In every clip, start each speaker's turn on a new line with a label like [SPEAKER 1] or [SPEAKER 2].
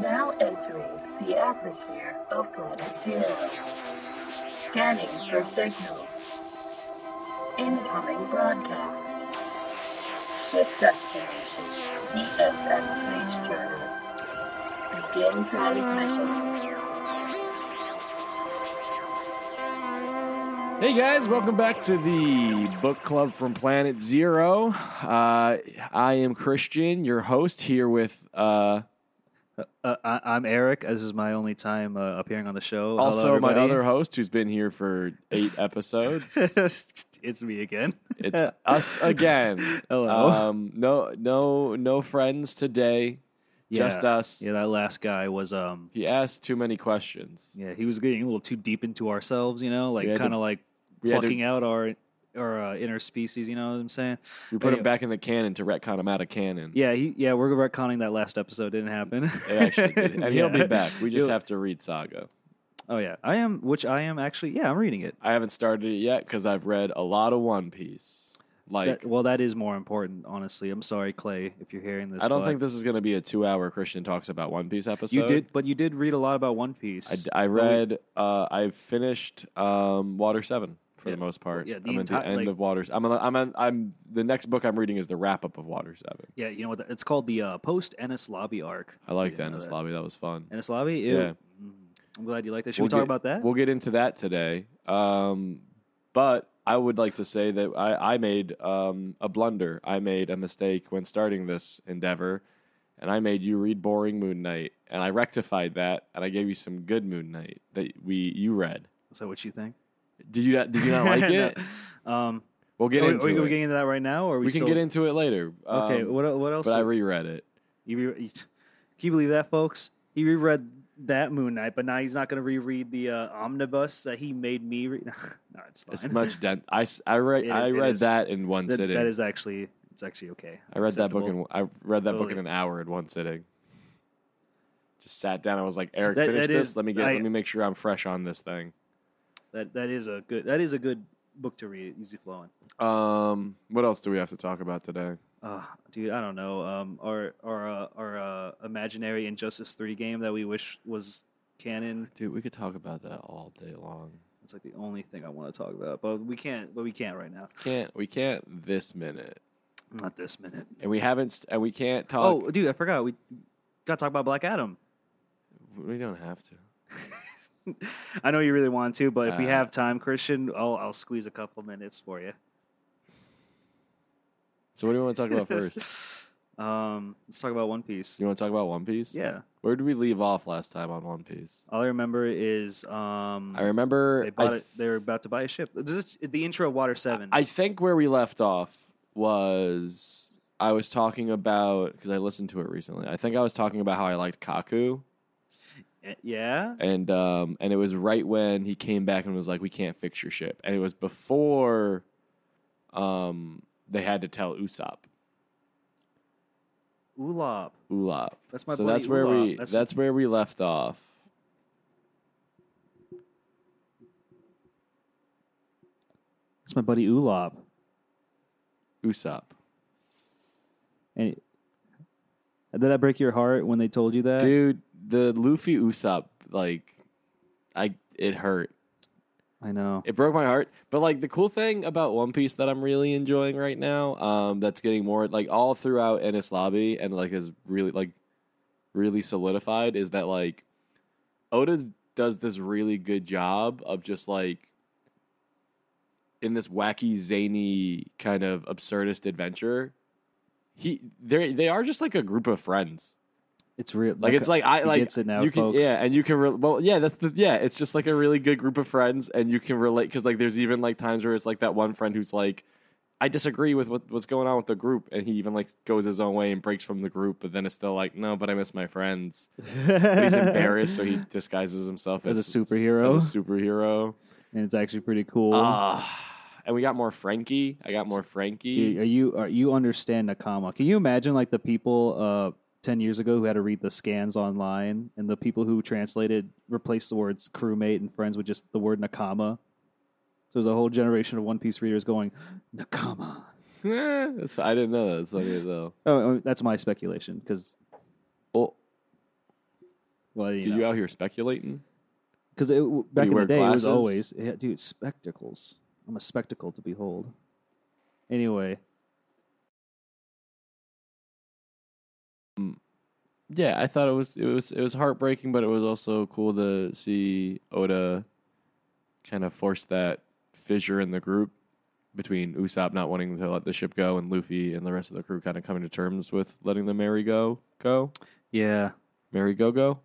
[SPEAKER 1] Now entering the atmosphere of Planet Zero. Scanning for signals. Incoming broadcast. Ship destination. E ESS page journal. Begin transmission.
[SPEAKER 2] Hey guys, welcome back to the book club from Planet Zero. Uh, I am Christian, your host, here with uh,
[SPEAKER 3] Uh, I, I'm Eric. This is my only time uh, appearing on the show. Hello,
[SPEAKER 2] also my
[SPEAKER 3] everybody.
[SPEAKER 2] other host who's been here for eight episodes.
[SPEAKER 3] it's me again.
[SPEAKER 2] it's us again.
[SPEAKER 3] Hello.
[SPEAKER 2] Um, no, no, no friends today. Just
[SPEAKER 3] Yeah.
[SPEAKER 2] us.
[SPEAKER 3] Yeah, that last guy was. Um,
[SPEAKER 2] He asked too many questions.
[SPEAKER 3] yeah, he was getting a little too deep into ourselves. You know, like
[SPEAKER 2] We had to-
[SPEAKER 3] kind of like
[SPEAKER 2] we had to-
[SPEAKER 3] plucking out our our uh, inner species. You know what I'm saying?
[SPEAKER 2] We put him
[SPEAKER 3] Anyway.
[SPEAKER 2] back in the cannon to retcon him out of canon.
[SPEAKER 3] Yeah, he, yeah. We're retconning that last episode didn't happen.
[SPEAKER 2] It actually did. And he'll be
[SPEAKER 3] Yeah.
[SPEAKER 2] back. We just
[SPEAKER 3] He'll-
[SPEAKER 2] have to read Saga.
[SPEAKER 3] Oh yeah, I am. Which I am actually. Yeah, I'm reading it.
[SPEAKER 2] I haven't started it yet because I've read a lot of One Piece. Like,
[SPEAKER 3] That- well, that is more important, honestly. I'm sorry, Clay, if you're hearing this.
[SPEAKER 2] I don't
[SPEAKER 3] but
[SPEAKER 2] think this is going to be a two-hour Christian talks about One Piece episode.
[SPEAKER 3] you did, but you did read a lot about One Piece.
[SPEAKER 2] I, d- I read. Uh, I finished um, Water Seven for the
[SPEAKER 3] Yeah.
[SPEAKER 2] most part.
[SPEAKER 3] Yeah, the
[SPEAKER 2] I'm at the
[SPEAKER 3] entire-
[SPEAKER 2] end
[SPEAKER 3] like-
[SPEAKER 2] of Waters. I'm. on- I'm. on- I'm. The next book I'm reading is the wrap-up of Water Seven.
[SPEAKER 3] Yeah, you know what? It's called the uh, post Ennis Lobby arc.
[SPEAKER 2] I liked
[SPEAKER 3] didn't know
[SPEAKER 2] Ennis
[SPEAKER 3] that.
[SPEAKER 2] Lobby. That was fun.
[SPEAKER 3] Ennis Lobby. Ew.
[SPEAKER 2] Yeah.
[SPEAKER 3] Mm. I'm glad you like that. Should
[SPEAKER 2] We'll
[SPEAKER 3] we talk
[SPEAKER 2] get-
[SPEAKER 3] about that?
[SPEAKER 2] We'll get into that today. Um, but I would like to say that I, I made um, a blunder. I made a mistake when starting this endeavor, and I made you read boring Moon Knight, and I rectified that, and I gave you some good Moon Knight that we you read.
[SPEAKER 3] so, what you think?
[SPEAKER 2] Did you not? Did you not like
[SPEAKER 3] No.
[SPEAKER 2] it?
[SPEAKER 3] Um,
[SPEAKER 2] We'll get
[SPEAKER 3] are, we-
[SPEAKER 2] into
[SPEAKER 3] are we
[SPEAKER 2] it.
[SPEAKER 3] getting into that right now, or are
[SPEAKER 2] we
[SPEAKER 3] we,
[SPEAKER 2] can
[SPEAKER 3] still-
[SPEAKER 2] get into it later.
[SPEAKER 3] Okay.
[SPEAKER 2] Um,
[SPEAKER 3] what What else?
[SPEAKER 2] but I reread it.
[SPEAKER 3] you re- you- can you believe that, folks? He reread that Moon Knight, but now he's not going to reread the uh, omnibus that he made me read. no, it's fine.
[SPEAKER 2] It's much dense. I, s- I read
[SPEAKER 3] It is-
[SPEAKER 2] I
[SPEAKER 3] it
[SPEAKER 2] read
[SPEAKER 3] is-
[SPEAKER 2] that in one
[SPEAKER 3] That-
[SPEAKER 2] sitting.
[SPEAKER 3] that is actually it's actually okay.
[SPEAKER 2] I read that book
[SPEAKER 3] Acceptable.
[SPEAKER 2] in I read that book in
[SPEAKER 3] Totally.
[SPEAKER 2] an hour in one sitting. Just sat down. I was like, Eric,
[SPEAKER 3] That-
[SPEAKER 2] finish
[SPEAKER 3] that
[SPEAKER 2] this.
[SPEAKER 3] is-
[SPEAKER 2] let me get.
[SPEAKER 3] I-
[SPEAKER 2] let me make sure I'm fresh on this thing.
[SPEAKER 3] that that is a good that is a good book to read. Easy flowing.
[SPEAKER 2] Um, what else do we have to talk about today?
[SPEAKER 3] Uh, dude, I don't know. Um, our our uh, our uh, imaginary Injustice Three game that we wish was canon.
[SPEAKER 2] Dude, we could talk about that all day long.
[SPEAKER 3] It's like the only thing I want to talk about, but we can't. But we can't right now.
[SPEAKER 2] Can't we can't this minute,
[SPEAKER 3] Not this minute.
[SPEAKER 2] and we haven't, st- and we can't talk.
[SPEAKER 3] Oh, dude, I forgot. We got to talk about Black Adam.
[SPEAKER 2] we don't have to.
[SPEAKER 3] I know you really want to, but if we
[SPEAKER 2] Uh,
[SPEAKER 3] have time, Christian, I'll I'll squeeze a couple minutes for you.
[SPEAKER 2] So, what do you want to talk about first?
[SPEAKER 3] um, let's talk about One Piece.
[SPEAKER 2] You want to talk about One Piece?
[SPEAKER 3] Yeah,
[SPEAKER 2] Where did we leave off last time on One Piece?
[SPEAKER 3] all I remember is um,
[SPEAKER 2] I remember.
[SPEAKER 3] they bought
[SPEAKER 2] I,
[SPEAKER 3] it. They were about to buy a ship. This is the intro of Water Seven.
[SPEAKER 2] I think where we left off was I was talking about because I listened to it recently. I think I was talking about how I liked Kaku,
[SPEAKER 3] Eh, yeah.
[SPEAKER 2] and um, and it was right when he came back and was like, "We can't fix your ship," and it was before, um, they had to tell Usopp.
[SPEAKER 3] Ulob.
[SPEAKER 2] Ulop.
[SPEAKER 3] That's my
[SPEAKER 2] so
[SPEAKER 3] buddy
[SPEAKER 2] that's where
[SPEAKER 3] Ulopp.
[SPEAKER 2] we that's,
[SPEAKER 3] That's-
[SPEAKER 2] where we left off.
[SPEAKER 3] That's my buddy Ulob.
[SPEAKER 2] Usopp.
[SPEAKER 3] And did that break your heart when they told you that?
[SPEAKER 2] Dude, the Luffy Usopp like I it hurt.
[SPEAKER 3] I know.
[SPEAKER 2] It broke my heart. But like the cool thing about One Piece that I'm really enjoying right now, um, that's getting more like all throughout Ennis Lobby and like is really like really solidified is that like Oda does this really good job of just like in this wacky, zany kind of absurdist adventure. He they they are just like a group of friends.
[SPEAKER 3] It's real.
[SPEAKER 2] Like it's like I
[SPEAKER 3] he
[SPEAKER 2] like
[SPEAKER 3] gets it now,
[SPEAKER 2] you can,
[SPEAKER 3] folks.
[SPEAKER 2] Yeah, and you can re- well yeah that's the yeah it's just like a really good group of friends and you can relate because like there's even like times where it's like that one friend who's like I disagree with what, what's going on with the group and he even like goes his own way and breaks from the group but then it's still like no but I miss my friends But he's embarrassed so he disguises himself as,
[SPEAKER 3] As a superhero.
[SPEAKER 2] as a superhero
[SPEAKER 3] and it's actually pretty cool.
[SPEAKER 2] Ah, and we got more Frankie I got more Frankie
[SPEAKER 3] Dude, are you are you understand Nakama? Can you imagine like the people uh ten years ago who had to read the scans online, and the people who translated replaced the words crewmate and friends with just the word Nakama. there's a whole generation of One Piece readers going, Nakama.
[SPEAKER 2] Eh, that's, I didn't know that. It's funny as hell.
[SPEAKER 3] Oh, oh, that's my speculation because
[SPEAKER 2] Oh,
[SPEAKER 3] well,
[SPEAKER 2] you,
[SPEAKER 3] you know,
[SPEAKER 2] out here speculating?
[SPEAKER 3] because it w- back in
[SPEAKER 2] wear
[SPEAKER 3] the day
[SPEAKER 2] glasses?
[SPEAKER 3] it was always yeah, dude spectacles. I'm a spectacle to behold. Anyway,
[SPEAKER 2] Yeah, I thought it was it was it was heartbreaking, but it was also cool to see Oda kind of force that fissure in the group between Usopp not wanting to let the ship go and Luffy and the rest of the crew kind of coming to terms with letting the Mary go go.
[SPEAKER 3] yeah,
[SPEAKER 2] Mary go go.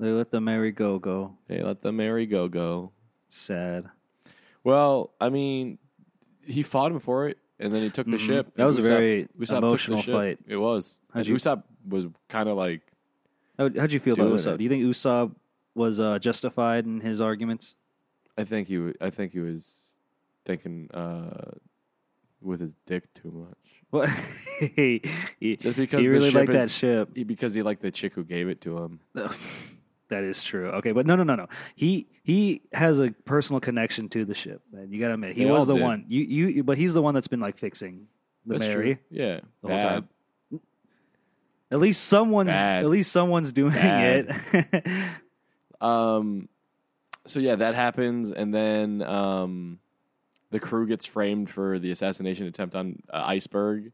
[SPEAKER 3] they let the merry go go.
[SPEAKER 2] They let the Mary go go.
[SPEAKER 3] Sad.
[SPEAKER 2] Well, I mean, he fought him for it, and then he took the
[SPEAKER 3] Mhm.
[SPEAKER 2] ship.
[SPEAKER 3] That was a
[SPEAKER 2] Usopp-
[SPEAKER 3] very
[SPEAKER 2] Usopp took the
[SPEAKER 3] emotional
[SPEAKER 2] ship.
[SPEAKER 3] fight.
[SPEAKER 2] It was.
[SPEAKER 3] How'd
[SPEAKER 2] And
[SPEAKER 3] you-
[SPEAKER 2] Usopp was kind of like
[SPEAKER 3] How how'd you feel about
[SPEAKER 2] Doing
[SPEAKER 3] Usopp?
[SPEAKER 2] it.
[SPEAKER 3] Do you think Usopp was uh, justified in his arguments?
[SPEAKER 2] I think he. wa- I think he was thinking uh, with his dick too much.
[SPEAKER 3] Well, he, he,
[SPEAKER 2] Just because
[SPEAKER 3] he
[SPEAKER 2] the
[SPEAKER 3] really
[SPEAKER 2] ship
[SPEAKER 3] liked
[SPEAKER 2] is-
[SPEAKER 3] that ship.
[SPEAKER 2] He, because he liked the chick who gave it to him.
[SPEAKER 3] that is true. Okay, but no, no, no, no. He he has a personal connection to the ship. Man. You gotta admit, he
[SPEAKER 2] They
[SPEAKER 3] was
[SPEAKER 2] all
[SPEAKER 3] the
[SPEAKER 2] did.
[SPEAKER 3] one. You you, but he's the one that's been like fixing the
[SPEAKER 2] That's
[SPEAKER 3] Mary.
[SPEAKER 2] true. Yeah.
[SPEAKER 3] the whole
[SPEAKER 2] Bad.
[SPEAKER 3] time. At least someone's
[SPEAKER 2] Bad.
[SPEAKER 3] at least someone's doing
[SPEAKER 2] Bad.
[SPEAKER 3] it.
[SPEAKER 2] Um, so yeah, that happens, and then um, the crew gets framed for the assassination attempt on uh, Iceberg,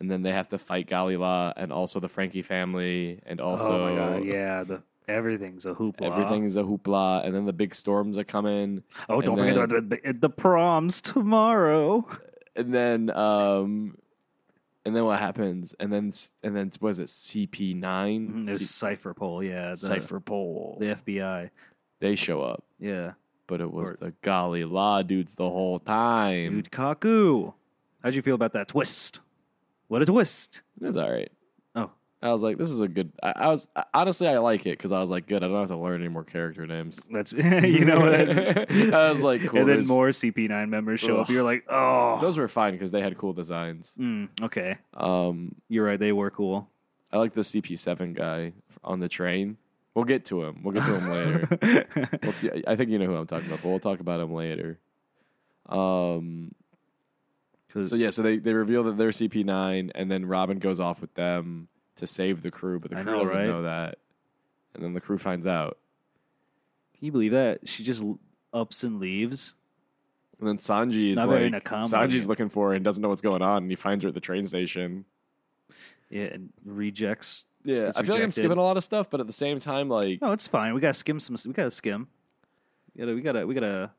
[SPEAKER 2] and then they have to fight Galila and also the Frankie family, and also
[SPEAKER 3] oh my god, yeah, the everything's a hoopla.
[SPEAKER 2] everything's a hoopla, and then the big storms are coming,
[SPEAKER 3] Oh,
[SPEAKER 2] and
[SPEAKER 3] don't
[SPEAKER 2] then-
[SPEAKER 3] forget the, the, the proms tomorrow.
[SPEAKER 2] and then um, and then what happens, and then s- and then was it CP nine
[SPEAKER 3] There's Cipher Pole, yeah, the,
[SPEAKER 2] Cipher Pole?
[SPEAKER 3] the FBI,
[SPEAKER 2] They show up,
[SPEAKER 3] yeah,
[SPEAKER 2] but it was
[SPEAKER 3] Or-
[SPEAKER 2] the Galila dudes the whole time.
[SPEAKER 3] dude, Kaku. How'd you feel about that twist? What a twist!
[SPEAKER 2] It was all right.
[SPEAKER 3] Oh,
[SPEAKER 2] I was like, this is a good. I, I was I, honestly, I like it because I was like, good. I don't have to learn any more character names.
[SPEAKER 3] That's you know what
[SPEAKER 2] I was like, cool.
[SPEAKER 3] And then
[SPEAKER 2] there's-
[SPEAKER 3] more CP9 members show up.
[SPEAKER 2] Ugh.
[SPEAKER 3] You're like, oh,
[SPEAKER 2] Those were fine because they had cool designs.
[SPEAKER 3] Mm, okay,
[SPEAKER 2] Um,
[SPEAKER 3] you're right. They were cool.
[SPEAKER 2] I like the CP7 guy on the train. We'll get to him. We'll get to him later. We'll t- I think you know who I'm talking about, but we'll talk about him later. Um.
[SPEAKER 3] 'Cause-
[SPEAKER 2] So yeah, so they they reveal that they're CP9, and then Robin goes off with them to save the crew, but the
[SPEAKER 3] I
[SPEAKER 2] crew
[SPEAKER 3] know,
[SPEAKER 2] doesn't
[SPEAKER 3] right?
[SPEAKER 2] know that, and then the crew finds out.
[SPEAKER 3] can you believe that she just l- ups and leaves?
[SPEAKER 2] And then Sanji is
[SPEAKER 3] Not very
[SPEAKER 2] like
[SPEAKER 3] Nakama,
[SPEAKER 2] Sanji's
[SPEAKER 3] yeah.
[SPEAKER 2] looking for her and doesn't know what's going on, and he finds her at the train station.
[SPEAKER 3] Yeah, and rejects.
[SPEAKER 2] Yeah,
[SPEAKER 3] Gets
[SPEAKER 2] I feel like I'm
[SPEAKER 3] rejected.
[SPEAKER 2] skipping a lot of stuff, but at the same time, like
[SPEAKER 3] No, it's fine. We gotta skim some. We gotta skim. We gotta. We gotta. We gotta.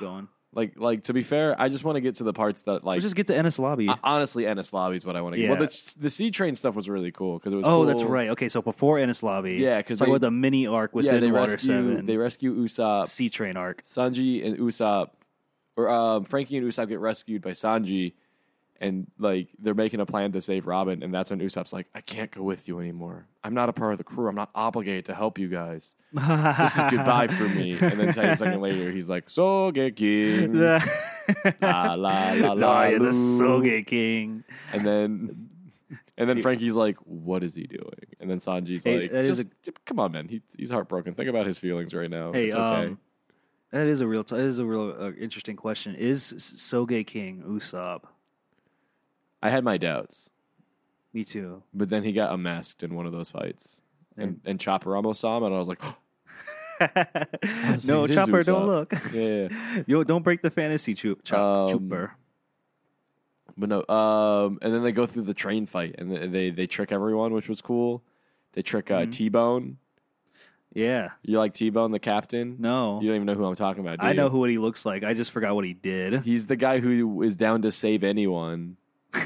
[SPEAKER 3] Going.
[SPEAKER 2] like like to be fair, I just want to get to the parts that like
[SPEAKER 3] Let's just get to Ennis Lobby.
[SPEAKER 2] I- honestly, Ennis Lobby is what I want to get.
[SPEAKER 3] Yeah.
[SPEAKER 2] Well, the the C train stuff was really cool because it was.
[SPEAKER 3] oh, that's
[SPEAKER 2] cool.
[SPEAKER 3] right. Okay, so before Ennis Lobby,
[SPEAKER 2] Yeah, 'cause
[SPEAKER 3] talk
[SPEAKER 2] they-
[SPEAKER 3] about the mini arc within
[SPEAKER 2] yeah, they
[SPEAKER 3] Water
[SPEAKER 2] rescue
[SPEAKER 3] Seven,
[SPEAKER 2] they rescue Usopp,
[SPEAKER 3] Sea Train arc.
[SPEAKER 2] Sanji and Usopp, or um, Frankie and Usopp get rescued by Sanji, and like they're making a plan to save Robin, and that's when Usopp's like, "I can't go with you anymore. I'm not a part of the crew. I'm not obligated to help you guys." this is goodbye for me. And then ten seconds later, he's like, Sogeki.
[SPEAKER 3] the
[SPEAKER 2] la, la, la,
[SPEAKER 3] Nah, yeah, the
[SPEAKER 2] loo.
[SPEAKER 3] Soge King.
[SPEAKER 2] And then, and then Frankie's like, what is he doing? And then Sanji's
[SPEAKER 3] Hey,
[SPEAKER 2] like,
[SPEAKER 3] that is
[SPEAKER 2] just, come on, man. He, he's heartbroken. Think about his feelings right now.
[SPEAKER 3] Hey,
[SPEAKER 2] Oh, it's okay.
[SPEAKER 3] um, that is a real. T- that is a real uh, interesting question. Is Soge King Usopp?
[SPEAKER 2] I had my doubts,
[SPEAKER 3] Me too.
[SPEAKER 2] but then he got unmasked in one of those fights. And, and Chopper almost saw him, and I was like,
[SPEAKER 3] no,
[SPEAKER 2] it is
[SPEAKER 3] Chopper,
[SPEAKER 2] Usopp.
[SPEAKER 3] don't look.
[SPEAKER 2] yeah, yeah, yeah.
[SPEAKER 3] Yo, don't break the fantasy choo-
[SPEAKER 2] Um,
[SPEAKER 3] chop- chooper.
[SPEAKER 2] But no, um, and then they go through the train fight, and they they, they trick everyone, which was cool. They trick uh,
[SPEAKER 3] Mhm.
[SPEAKER 2] T Bone.
[SPEAKER 3] Yeah.
[SPEAKER 2] You like T Bone, the captain?
[SPEAKER 3] No.
[SPEAKER 2] You don't even know who I'm talking about. Do
[SPEAKER 3] I
[SPEAKER 2] you?
[SPEAKER 3] know who what he looks like. I just forgot what he did.
[SPEAKER 2] He's the guy who is down to save anyone.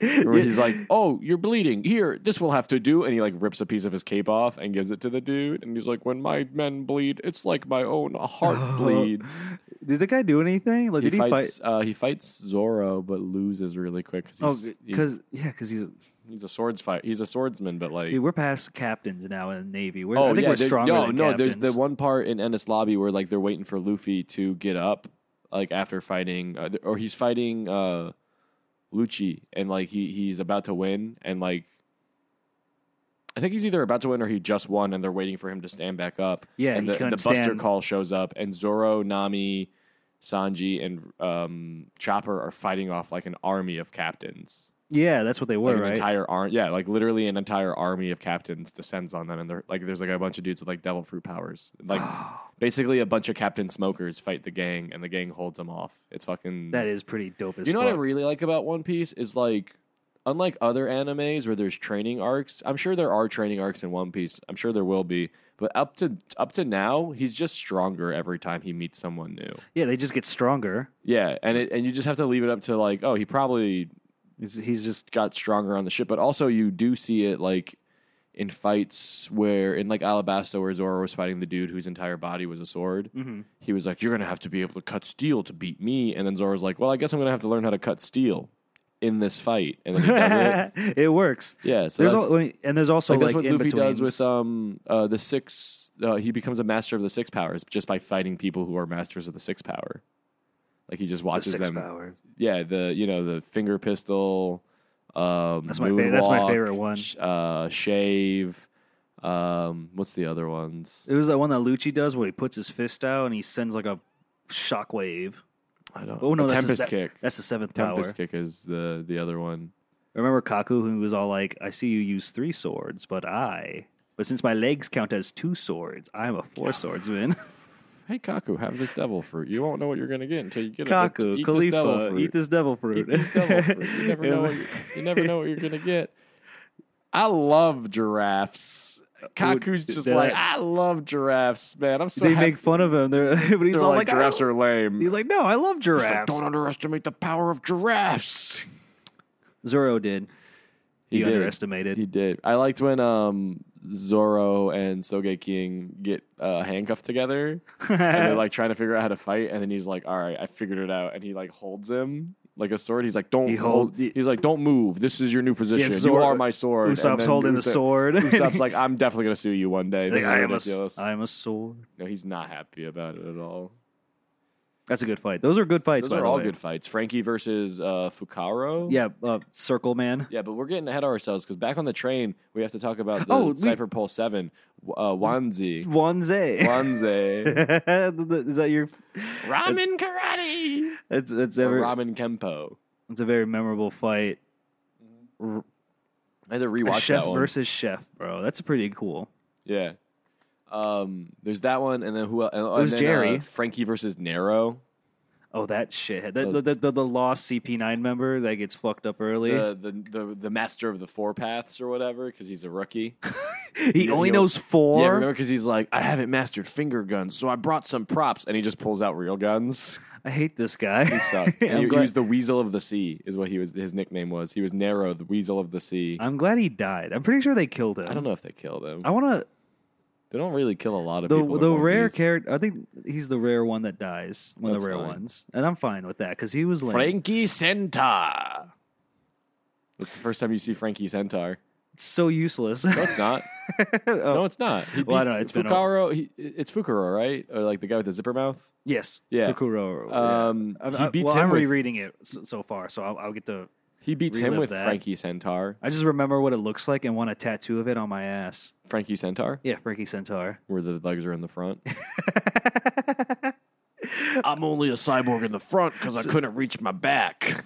[SPEAKER 2] Where he's like, "Oh, you're bleeding. Here, this will have to do." And he like rips a piece of his cape off and gives it to the dude. And he's like, "When my men bleed, it's like my own heart bleeds."
[SPEAKER 3] Did the guy do anything? Like,
[SPEAKER 2] he
[SPEAKER 3] did he
[SPEAKER 2] fights. Uh, he fights Zoro, but loses really quick
[SPEAKER 3] fight? Oh,
[SPEAKER 2] because he's, he-
[SPEAKER 3] because yeah, because he's
[SPEAKER 2] he's a swords fight. He's a swordsman, but like.
[SPEAKER 3] dude, we're past captains now in the navy. We're,
[SPEAKER 2] Oh
[SPEAKER 3] I think
[SPEAKER 2] yeah,
[SPEAKER 3] we're
[SPEAKER 2] there-
[SPEAKER 3] stronger.
[SPEAKER 2] yo,
[SPEAKER 3] than
[SPEAKER 2] no, there's
[SPEAKER 3] captains.
[SPEAKER 2] the one part in Ennis lobby where like they're waiting for Luffy to get up, like after fighting, uh, or he's fighting uh, Lucci, and like he he's about to win, and like I think he's either about to win or he just won, and they're waiting for him to stand back up.
[SPEAKER 3] Yeah,
[SPEAKER 2] and
[SPEAKER 3] he
[SPEAKER 2] the,
[SPEAKER 3] couldn't
[SPEAKER 2] the Buster
[SPEAKER 3] stand.
[SPEAKER 2] call shows up, and Zoro, Nami, Sanji and um, Chopper are fighting off like an army of captains.
[SPEAKER 3] Yeah, that's what they were,
[SPEAKER 2] Like an
[SPEAKER 3] right?
[SPEAKER 2] entire arm, yeah, like literally an entire army of captains descends on them, and they're like, there's like a bunch of dudes with like devil fruit powers, like basically a bunch of captain smokers fight the gang, and the gang holds them off. It's fucking
[SPEAKER 3] that is pretty dope as
[SPEAKER 2] you know
[SPEAKER 3] fuck.
[SPEAKER 2] what I really like about One Piece is like, unlike other animes where there's training arcs. I'm sure there are training arcs in One Piece. I'm sure there will be, but up to up to now, he's just stronger every time he meets someone new.
[SPEAKER 3] yeah, they just get stronger.
[SPEAKER 2] Yeah, and it, and you just have to leave it up to like, oh, he probably
[SPEAKER 3] He's, he's just
[SPEAKER 2] got stronger on the ship, but also you do see it like in fights where in like Alabasta where Zoro was fighting the dude whose entire body was a sword.
[SPEAKER 3] mhm.
[SPEAKER 2] He was like, "You're gonna have to be able to cut steel to beat me," and then Zoro's like, "Well, I guess I'm gonna have to learn how to cut steel in this fight," and then he does it.
[SPEAKER 3] it. works.
[SPEAKER 2] Yeah, so that's,
[SPEAKER 3] there's al- I mean, and there's also
[SPEAKER 2] like,
[SPEAKER 3] like,
[SPEAKER 2] that's what Luffy does
[SPEAKER 3] in-betweens.
[SPEAKER 2] with um uh, the six. Uh, he becomes a master of the six powers just by fighting people who are masters of the six power. Like he just
[SPEAKER 3] the
[SPEAKER 2] watches
[SPEAKER 3] six
[SPEAKER 2] them.
[SPEAKER 3] power.
[SPEAKER 2] Yeah, the you know the finger pistol. Um,
[SPEAKER 3] That's my favorite. That's my
[SPEAKER 2] moonwalk,
[SPEAKER 3] favorite one.
[SPEAKER 2] sh- Uh, shave. Um, what's the other ones?
[SPEAKER 3] It was that one that Lucci does where he puts his fist out and he sends like a shockwave.
[SPEAKER 2] I don't.
[SPEAKER 3] Oh no,
[SPEAKER 2] a
[SPEAKER 3] that's
[SPEAKER 2] tempest
[SPEAKER 3] his, that-
[SPEAKER 2] kick.
[SPEAKER 3] That's the seventh
[SPEAKER 2] tempest
[SPEAKER 3] power.
[SPEAKER 2] kick is the the other one.
[SPEAKER 3] Remember Kaku who was all like, "I see you use three swords, but I." But since my legs count as two swords, I'm a four swordsman.
[SPEAKER 2] Hey Kaku, have this devil fruit. You won't know what you're gonna get until you get it.
[SPEAKER 3] Kaku,
[SPEAKER 2] Eat
[SPEAKER 3] Khalifa, eat
[SPEAKER 2] this
[SPEAKER 3] this devil
[SPEAKER 2] devil
[SPEAKER 3] fruit.
[SPEAKER 2] fruit. Eat this devil fruit. You never know. What
[SPEAKER 3] And-
[SPEAKER 2] you, you never know what you're gonna get. I love giraffes. Kaku's just
[SPEAKER 3] they're
[SPEAKER 2] like,
[SPEAKER 3] like-
[SPEAKER 2] I love giraffes, man. I'm so
[SPEAKER 3] they
[SPEAKER 2] happy.
[SPEAKER 3] make fun of him. They're, but he's
[SPEAKER 2] They're
[SPEAKER 3] all
[SPEAKER 2] like,
[SPEAKER 3] like, "I
[SPEAKER 2] giraffes are lame.
[SPEAKER 3] He's like, no, I love
[SPEAKER 2] It's like,
[SPEAKER 3] giraffes.
[SPEAKER 2] don't underestimate the power of giraffes.
[SPEAKER 3] Zoro did. He,
[SPEAKER 2] did.
[SPEAKER 3] underestimated.
[SPEAKER 2] He did. I liked when um Zoro and Soge King get uh, handcuffed together. and they're like trying to figure out how to fight and then he's like all right i figured it out and he like holds him like a sword he's like don't
[SPEAKER 3] He
[SPEAKER 2] hold,
[SPEAKER 3] hold- he-
[SPEAKER 2] he's like don't move this is your new position you
[SPEAKER 3] Zoro-
[SPEAKER 2] are my sword And
[SPEAKER 3] Usopp's
[SPEAKER 2] then
[SPEAKER 3] holding the
[SPEAKER 2] Usopp-
[SPEAKER 3] sword.
[SPEAKER 2] Usopp's like i'm definitely gonna sue you one day
[SPEAKER 3] Like,
[SPEAKER 2] this
[SPEAKER 3] I
[SPEAKER 2] is
[SPEAKER 3] am a, s-
[SPEAKER 2] ridiculous
[SPEAKER 3] I'm a sword.
[SPEAKER 2] no he's not happy about it at all
[SPEAKER 3] That's a good fight. Those are good fights.
[SPEAKER 2] those
[SPEAKER 3] by
[SPEAKER 2] are
[SPEAKER 3] the
[SPEAKER 2] all
[SPEAKER 3] way.
[SPEAKER 2] good fights frankie versus uh fukaro
[SPEAKER 3] Yeah, uh, Circle Man.
[SPEAKER 2] yeah, but we're getting ahead of ourselves because back on the train, we have to talk about the
[SPEAKER 3] Oh, we-
[SPEAKER 2] Cyber Pole 7, uh, Wanzi.
[SPEAKER 3] Wanzai.
[SPEAKER 2] Wanzi.
[SPEAKER 3] Is that your?
[SPEAKER 2] Ramen Karate.
[SPEAKER 3] That's that's
[SPEAKER 2] Or
[SPEAKER 3] ever.
[SPEAKER 2] Ramen Kempo.
[SPEAKER 3] It's a very memorable fight. R-
[SPEAKER 2] I had to rewatch
[SPEAKER 3] chef
[SPEAKER 2] that one.
[SPEAKER 3] versus chef, bro. That's pretty cool.
[SPEAKER 2] Yeah. Um, there's that one, and then who else? And, and
[SPEAKER 3] was
[SPEAKER 2] then,
[SPEAKER 3] Jerry.
[SPEAKER 2] uh, Frankie versus Nero.
[SPEAKER 3] Oh, that shithead.
[SPEAKER 2] Uh,
[SPEAKER 3] That, the, the, the, the lost CP9 member that gets fucked up early.
[SPEAKER 2] The, the the the master of the four paths or whatever, because he's a rookie.
[SPEAKER 3] he
[SPEAKER 2] you-
[SPEAKER 3] only
[SPEAKER 2] you-
[SPEAKER 3] knows
[SPEAKER 2] yeah,
[SPEAKER 3] four.
[SPEAKER 2] remember? Because he's like, I haven't mastered finger guns, so I brought some props, and he just pulls out real guns.
[SPEAKER 3] I hate this guy.
[SPEAKER 2] He sucked.
[SPEAKER 3] I'm
[SPEAKER 2] he, he
[SPEAKER 3] glad-
[SPEAKER 2] was the Weasel of the Sea, is what he was. His nickname was. He was Nero, the Weasel of the Sea.
[SPEAKER 3] I'm glad he died. I'm pretty sure they killed him.
[SPEAKER 2] I don't know if they killed him.
[SPEAKER 3] I want
[SPEAKER 2] They don't really kill a lot
[SPEAKER 3] to
[SPEAKER 2] of
[SPEAKER 3] the
[SPEAKER 2] people. in
[SPEAKER 3] the
[SPEAKER 2] One
[SPEAKER 3] rare
[SPEAKER 2] Piece.
[SPEAKER 3] character. I think he's the rare one that dies. One of
[SPEAKER 2] That's
[SPEAKER 3] the rare
[SPEAKER 2] fine.
[SPEAKER 3] ones, and I'm fine with that because he was lame.
[SPEAKER 2] Frankie Centaur. That's the first time you see Frankie Centaur.
[SPEAKER 3] It's so useless.
[SPEAKER 2] No, it's not.
[SPEAKER 3] Oh,
[SPEAKER 2] No, it's not. He
[SPEAKER 3] Well, I don't
[SPEAKER 2] beats
[SPEAKER 3] know. It's been a-
[SPEAKER 2] Fukaro. He, it's Fukuro, right? Or like the guy with the zipper mouth.
[SPEAKER 3] Yes.
[SPEAKER 2] Yeah.
[SPEAKER 3] Takuro. yeah.
[SPEAKER 2] Um,
[SPEAKER 3] I-
[SPEAKER 2] he
[SPEAKER 3] I-
[SPEAKER 2] beats
[SPEAKER 3] well,
[SPEAKER 2] him.
[SPEAKER 3] I'm
[SPEAKER 2] with,
[SPEAKER 3] rereading it so, so far, so I'll, I'll get to.
[SPEAKER 2] He beats him
[SPEAKER 3] Relive
[SPEAKER 2] with
[SPEAKER 3] that.
[SPEAKER 2] Frankie Centaur.
[SPEAKER 3] I just remember what it looks like and want a tattoo of it on my ass.
[SPEAKER 2] Frankie Centaur,
[SPEAKER 3] Yeah, Frankie Centaur.
[SPEAKER 2] where the legs are in the front. I'm only a cyborg in the front because I couldn't reach my back.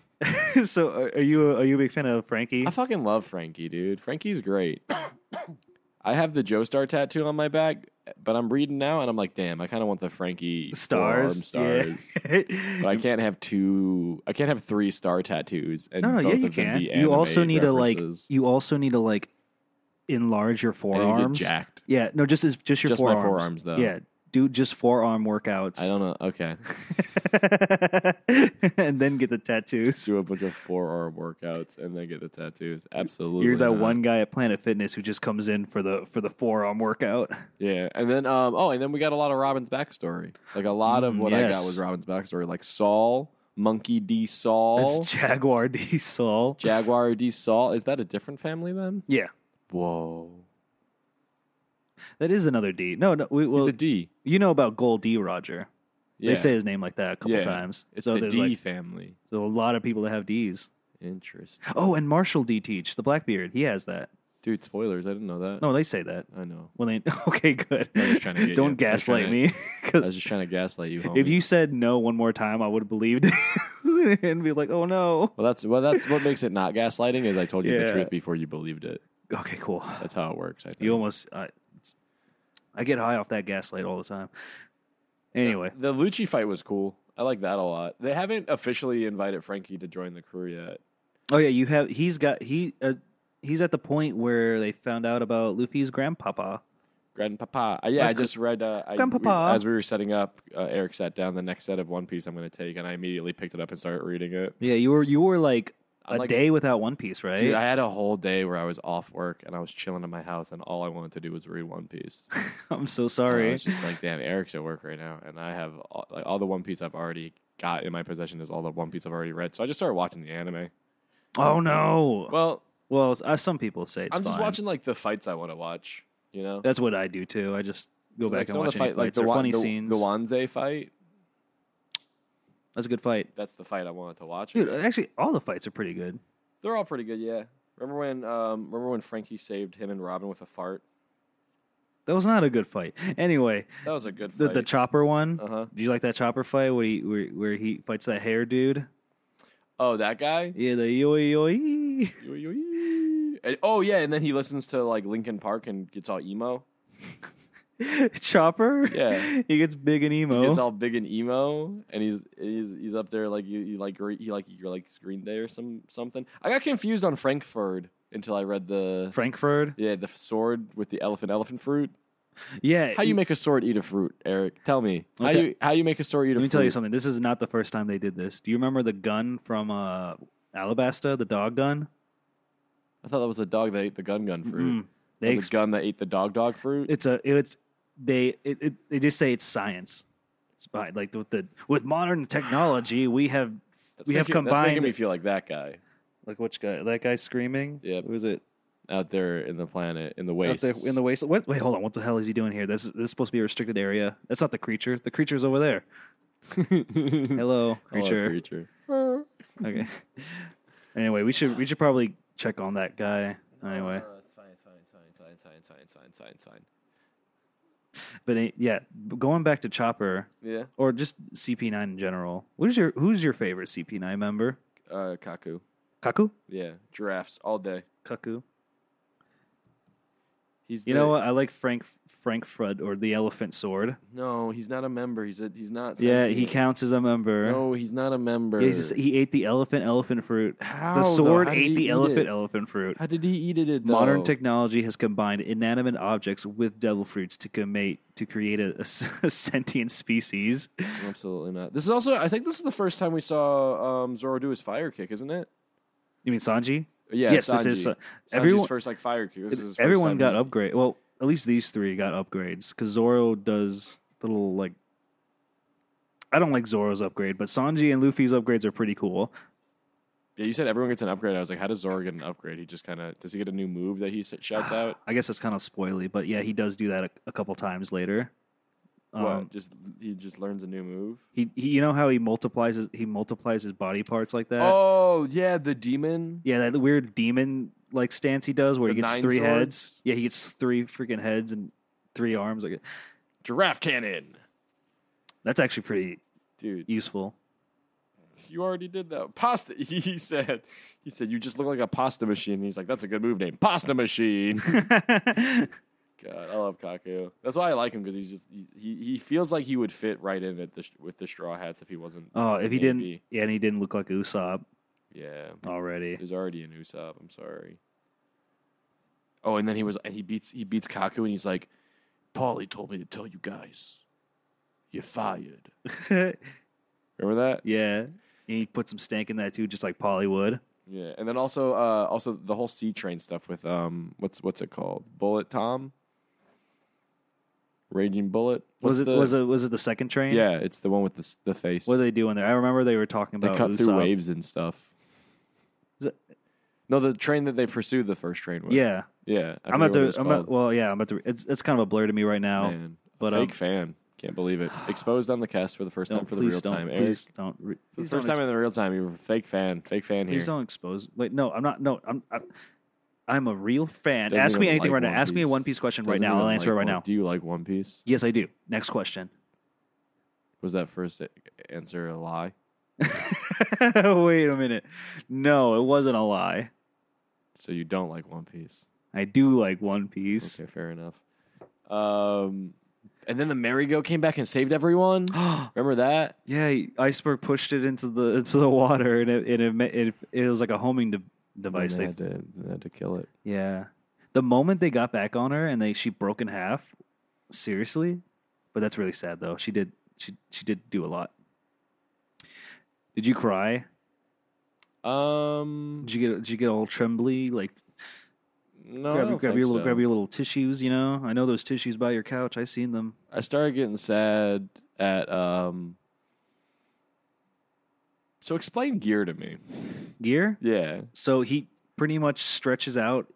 [SPEAKER 3] so, are- are you are you a big fan of Frankie?
[SPEAKER 2] I fucking love Frankie, dude. Frankie's great. I have the Joestar tattoo on my back, but I'm reading now and I'm like, damn, I kind of want the Frankie forearm
[SPEAKER 3] Stars. Yeah.
[SPEAKER 2] stars. But I can't have two. I can't have three star tattoos. And
[SPEAKER 3] no, no, yeah,
[SPEAKER 2] both
[SPEAKER 3] you
[SPEAKER 2] of them
[SPEAKER 3] can.
[SPEAKER 2] be
[SPEAKER 3] You also
[SPEAKER 2] anime
[SPEAKER 3] need
[SPEAKER 2] references.
[SPEAKER 3] to like. You also need to like enlarge your
[SPEAKER 2] I need to get
[SPEAKER 3] forearms.
[SPEAKER 2] jacked.
[SPEAKER 3] Yeah, no, just just your
[SPEAKER 2] Just my
[SPEAKER 3] forearms.
[SPEAKER 2] forearms, though.
[SPEAKER 3] Yeah, do just forearm workouts,
[SPEAKER 2] I don't know. Okay,
[SPEAKER 3] and then get the tattoos.
[SPEAKER 2] do a bunch of forearm workouts and then get the tattoos. Absolutely,
[SPEAKER 3] You're that
[SPEAKER 2] not.
[SPEAKER 3] one guy at Planet Fitness who just comes in for the for the forearm workout.
[SPEAKER 2] Yeah, and then um, oh, and then we got a lot of Robin's backstory. Like a lot of
[SPEAKER 3] Mm,
[SPEAKER 2] what I got
[SPEAKER 3] yes.
[SPEAKER 2] was Robin's backstory. Like Saul, Monkey D. Saul,
[SPEAKER 3] That's Jaguar D Saul.
[SPEAKER 2] Jaguar D. Saul. Is that a different family then?
[SPEAKER 3] yeah,
[SPEAKER 2] Whoa,
[SPEAKER 3] that is another D. No, no, we,
[SPEAKER 2] he's
[SPEAKER 3] well,
[SPEAKER 2] a D.
[SPEAKER 3] you know about Gold D Roger.
[SPEAKER 2] Yeah,
[SPEAKER 3] They say his name like that a couple
[SPEAKER 2] Yeah.
[SPEAKER 3] times.
[SPEAKER 2] it's
[SPEAKER 3] so
[SPEAKER 2] the
[SPEAKER 3] there's
[SPEAKER 2] D
[SPEAKER 3] like
[SPEAKER 2] family.
[SPEAKER 3] there's a lot of people that have D's.
[SPEAKER 2] Interesting.
[SPEAKER 3] Oh, and Marshall D Teach, the Blackbeard, he has that.
[SPEAKER 2] Dude, spoilers. I didn't know that.
[SPEAKER 3] No, they say that
[SPEAKER 2] I know.
[SPEAKER 3] when they. Okay, good.
[SPEAKER 2] I was just trying to get
[SPEAKER 3] Don't
[SPEAKER 2] you. I was
[SPEAKER 3] gaslight
[SPEAKER 2] trying
[SPEAKER 3] me,
[SPEAKER 2] I was
[SPEAKER 3] because
[SPEAKER 2] just trying to gaslight you. Homie.
[SPEAKER 3] if you said no one more time, I would have believed it and be like, "Oh no."
[SPEAKER 2] well, that's well, that's what makes it not gaslighting is I told you the
[SPEAKER 3] Yeah.
[SPEAKER 2] truth before you believed it.
[SPEAKER 3] Okay, cool.
[SPEAKER 2] That's how it works. I think.
[SPEAKER 3] You almost. I, it's- I get high off that gaslight all the time. Anyway,
[SPEAKER 2] the Lucci fight was cool. I like that a lot. They haven't officially invited Frankie to join the crew yet.
[SPEAKER 3] oh yeah, you have. He's got he. Uh, he's at the point where they found out about Luffy's grandpapa.
[SPEAKER 2] Grandpapa. Uh, yeah, I
[SPEAKER 3] Grand-
[SPEAKER 2] just read. Uh, I,
[SPEAKER 3] Grandpapa.
[SPEAKER 2] we- as we were setting up, uh, Eric sat down the next set of One Piece I'm going to take, and I immediately picked it up and started reading it.
[SPEAKER 3] Yeah, you were you were like
[SPEAKER 2] I'm
[SPEAKER 3] a
[SPEAKER 2] like,
[SPEAKER 3] day without One Piece, right?
[SPEAKER 2] Dude, I had a whole day where I was off work and I was chilling in my house, and all I wanted to do was read One Piece.
[SPEAKER 3] I'm so
[SPEAKER 2] And I
[SPEAKER 3] sorry.
[SPEAKER 2] was just like, damn, Eric's at work right now, and I have all, like all the One Piece I've already got in my possession is all the One Piece I've already read. So I just started watching the anime.
[SPEAKER 3] oh no. Well,
[SPEAKER 2] Well,
[SPEAKER 3] uh, some people say it's
[SPEAKER 2] I'm just
[SPEAKER 3] fine.
[SPEAKER 2] watching like the fights I want to watch. You know,
[SPEAKER 3] That's what I do too. I just go
[SPEAKER 2] Like,
[SPEAKER 3] back and
[SPEAKER 2] some of
[SPEAKER 3] watch
[SPEAKER 2] the
[SPEAKER 3] any
[SPEAKER 2] fight, like
[SPEAKER 3] fights
[SPEAKER 2] the
[SPEAKER 3] or
[SPEAKER 2] Wan-
[SPEAKER 3] funny
[SPEAKER 2] the-
[SPEAKER 3] scenes.
[SPEAKER 2] The Wanze fight.
[SPEAKER 3] That's a good fight,
[SPEAKER 2] That's the fight I wanted to watch.
[SPEAKER 3] dude. Actually, all the fights are pretty good.
[SPEAKER 2] They're all pretty good, yeah. Remember when um remember when Frankie saved him and Robin with a fart?
[SPEAKER 3] That was not a good fight. Anyway,
[SPEAKER 2] That was a good
[SPEAKER 3] the
[SPEAKER 2] fight.
[SPEAKER 3] the chopper one.
[SPEAKER 2] uh-huh.
[SPEAKER 3] Did you like that chopper fight where he where, where he fights that hair dude?
[SPEAKER 2] Oh, that guy?
[SPEAKER 3] Yeah, the yo yo. yo.
[SPEAKER 2] Yo, yo, yo. And- oh yeah, and then he listens to like Linkin Park and gets all emo.
[SPEAKER 3] chopper.
[SPEAKER 2] Yeah.
[SPEAKER 3] he gets big and emo.
[SPEAKER 2] Gets all big and emo and he's he's he's up there like you, you like re- he like you're like Green Day or some something. I got confused on Frankford until I read the
[SPEAKER 3] Frankfurt.
[SPEAKER 2] yeah, the sword with the elephant elephant fruit.
[SPEAKER 3] Yeah.
[SPEAKER 2] How you
[SPEAKER 3] he-
[SPEAKER 2] make a sword eat a fruit, Eric? Tell me. How
[SPEAKER 3] Okay.
[SPEAKER 2] you how you make a sword eat a
[SPEAKER 3] Let
[SPEAKER 2] fruit?
[SPEAKER 3] me tell you something. This is not the first time they did this. Do you remember the gun from uh, Alabasta, the dog gun?
[SPEAKER 2] I thought that was a dog that ate the gun gun fruit.
[SPEAKER 3] Mm. They
[SPEAKER 2] There's
[SPEAKER 3] ex-
[SPEAKER 2] a gun that ate the dog dog fruit.
[SPEAKER 3] it's a it's they it, it, they just say it's science. It's by like with the with modern technology we have
[SPEAKER 2] That's
[SPEAKER 3] we have
[SPEAKER 2] making- That's making
[SPEAKER 3] combined-
[SPEAKER 2] me feel like that guy
[SPEAKER 3] like which guy that guy screaming.
[SPEAKER 2] Yep.
[SPEAKER 3] Who is it?
[SPEAKER 2] out there in the planet in the
[SPEAKER 3] Out
[SPEAKER 2] waste.
[SPEAKER 3] there in the waste. What, wait, hold on. What the hell is he doing here? This is, this is supposed to be a restricted area. That's not the creature. The creature's over there. Hello,
[SPEAKER 2] Oh, creature.
[SPEAKER 3] creature. okay. Anyway, we should we should probably check on that guy. Anyway.
[SPEAKER 2] Oh, it's fine. It's fine. It's fine. It's fine. It's fine. It's fine. It's fine. It's fine. It's fine.
[SPEAKER 3] But uh, yeah, b- going back to Chopper
[SPEAKER 2] Yeah.
[SPEAKER 3] or just CP9 in general. Who's your who's your favorite CP9 member?
[SPEAKER 2] Uh, Kaku.
[SPEAKER 3] Kaku?
[SPEAKER 2] Yeah. Giraffes all day.
[SPEAKER 3] Kaku.
[SPEAKER 2] He's
[SPEAKER 3] You
[SPEAKER 2] the-
[SPEAKER 3] know what? I like Frank Frank Frud or the Elephant Sword.
[SPEAKER 2] No, he's not a member. He's a, he's not.
[SPEAKER 3] Yeah, he
[SPEAKER 2] sentient.
[SPEAKER 3] counts as a member.
[SPEAKER 2] No, he's not a member.
[SPEAKER 3] Yeah, he's just- he ate the elephant elephant fruit.
[SPEAKER 2] How
[SPEAKER 3] the
[SPEAKER 2] though?
[SPEAKER 3] sword
[SPEAKER 2] How did he
[SPEAKER 3] ate the
[SPEAKER 2] eat
[SPEAKER 3] elephant
[SPEAKER 2] it?
[SPEAKER 3] elephant fruit.
[SPEAKER 2] How did he eat it? Though?
[SPEAKER 3] Modern technology has combined inanimate objects with devil fruits to commate to create a, a s- a sentient species.
[SPEAKER 2] Absolutely not. This is also. I think this is the first time we saw um, Zoro do his fire kick, isn't it?
[SPEAKER 3] You mean Sanji?
[SPEAKER 2] Yeah,
[SPEAKER 3] yes, this is
[SPEAKER 2] Sanji.
[SPEAKER 3] Sa-
[SPEAKER 2] Sanji's
[SPEAKER 3] everyone.
[SPEAKER 2] first like fire kick. This is his first
[SPEAKER 3] everyone
[SPEAKER 2] time
[SPEAKER 3] got
[SPEAKER 2] he-
[SPEAKER 3] upgrade. Well, at least these three got upgrades because Zoro does little like. I don't like Zoro's upgrade, but Sanji and Luffy's upgrades are pretty cool.
[SPEAKER 2] Yeah, you said everyone gets an upgrade. I was like, how does Zoro get an upgrade? He just kind of does he get a new move that he s- shouts out?
[SPEAKER 3] I guess that's kind of spoily, but yeah, he does do that a, a couple times later. Um,
[SPEAKER 2] what? Just he just learns a new move.
[SPEAKER 3] he, he, you know how he multiplies his he multiplies his body parts like that.
[SPEAKER 2] oh yeah, the demon.
[SPEAKER 3] Yeah, that weird demon like stance he does where
[SPEAKER 2] The
[SPEAKER 3] he gets
[SPEAKER 2] nine
[SPEAKER 3] three
[SPEAKER 2] swords?
[SPEAKER 3] heads. Yeah, he gets three freaking heads and three arms. Like
[SPEAKER 2] Giraffe cannon,
[SPEAKER 3] that's actually pretty
[SPEAKER 2] dude.
[SPEAKER 3] useful.
[SPEAKER 2] You already did that. Pasta. He said. He said you just look like a pasta machine. And he's like, that's a good move name, pasta machine.
[SPEAKER 3] yeah,
[SPEAKER 2] God, I love Kaku. That's why I like him because he's just he, he he feels like he would fit right in at the sh- with the straw hats if he wasn't.
[SPEAKER 3] Oh, if he didn't-
[SPEAKER 2] Navy.
[SPEAKER 3] and he didn't look like Usopp
[SPEAKER 2] Yeah.
[SPEAKER 3] already.
[SPEAKER 2] There's already an Usopp. I'm sorry. Oh, and then he was and he beats he beats Kaku and he's like, Paulie told me to tell you guys, you're fired. Remember that?
[SPEAKER 3] yeah, and he put some stank in that too, just like Polly would.
[SPEAKER 2] Yeah. And then also uh also the whole C train stuff with um what's what's it called? Bullet Tom. Raging Bullet. What's
[SPEAKER 3] Was it
[SPEAKER 2] the-
[SPEAKER 3] was it was it the second train?
[SPEAKER 2] Yeah, it's the one with the s- the face.
[SPEAKER 3] What are they doing there? I remember they were talking
[SPEAKER 2] they
[SPEAKER 3] about
[SPEAKER 2] cut
[SPEAKER 3] Usopp.
[SPEAKER 2] through waves and stuff.
[SPEAKER 3] Is it-
[SPEAKER 2] No, the train that they pursued the first train with.
[SPEAKER 3] Yeah,
[SPEAKER 2] yeah. I
[SPEAKER 3] I'm at
[SPEAKER 2] forget what
[SPEAKER 3] the.
[SPEAKER 2] it's
[SPEAKER 3] I'm at,
[SPEAKER 2] called.
[SPEAKER 3] well, yeah, I'm at the. It's it's kind of a blur to me right now.
[SPEAKER 2] Man,
[SPEAKER 3] but,
[SPEAKER 2] a fake
[SPEAKER 3] um,
[SPEAKER 2] fan. Can't believe it. Exposed on the cast for the 1st time
[SPEAKER 3] Don't
[SPEAKER 2] for the
[SPEAKER 3] please
[SPEAKER 2] real
[SPEAKER 3] don't
[SPEAKER 2] time. Eric,
[SPEAKER 3] please don't. Re-
[SPEAKER 2] for the
[SPEAKER 3] please
[SPEAKER 2] first
[SPEAKER 3] don't
[SPEAKER 2] time in the real time, you were a fake fan. Fake fan here.
[SPEAKER 3] Please don't expose. Wait, no, I'm not. No, I'm. I'm I'm a real fan.
[SPEAKER 2] Doesn't
[SPEAKER 3] Ask me
[SPEAKER 2] even
[SPEAKER 3] anything
[SPEAKER 2] like
[SPEAKER 3] right now.
[SPEAKER 2] One
[SPEAKER 3] Ask me a
[SPEAKER 2] Piece.
[SPEAKER 3] One Piece question right
[SPEAKER 2] Doesn't
[SPEAKER 3] now.
[SPEAKER 2] even
[SPEAKER 3] I'll answer
[SPEAKER 2] like
[SPEAKER 3] it right
[SPEAKER 2] One-
[SPEAKER 3] now.
[SPEAKER 2] Do you like One Piece?
[SPEAKER 3] Yes, I do. Next question.
[SPEAKER 2] Was that first a- answer a lie?
[SPEAKER 3] Wait a minute. No, it wasn't a lie.
[SPEAKER 2] So you don't like One Piece.
[SPEAKER 3] I do like One Piece.
[SPEAKER 2] Okay, fair enough. Um, and then the merry-go came back and saved everyone. Remember that?
[SPEAKER 3] yeah, iceberg pushed it into the into the water, and it and it ma- it, it was like a homing de- device.
[SPEAKER 2] They
[SPEAKER 3] They,
[SPEAKER 2] had, to, they had to kill it.
[SPEAKER 3] yeah, the moment they got back on her and they she broke in half. Seriously, but that's really sad though. She did she she did do a lot. Did you cry?
[SPEAKER 2] Um,
[SPEAKER 3] Did you get did you get all trembly like
[SPEAKER 2] no, I
[SPEAKER 3] grab, your,
[SPEAKER 2] don't
[SPEAKER 3] grab
[SPEAKER 2] think
[SPEAKER 3] your little
[SPEAKER 2] so.
[SPEAKER 3] grab your little tissues? You know, I know those tissues by your couch. I seen them.
[SPEAKER 2] I started getting sad at um. So explain gear to me.
[SPEAKER 3] Gear.
[SPEAKER 2] Yeah.
[SPEAKER 3] So he pretty much stretches out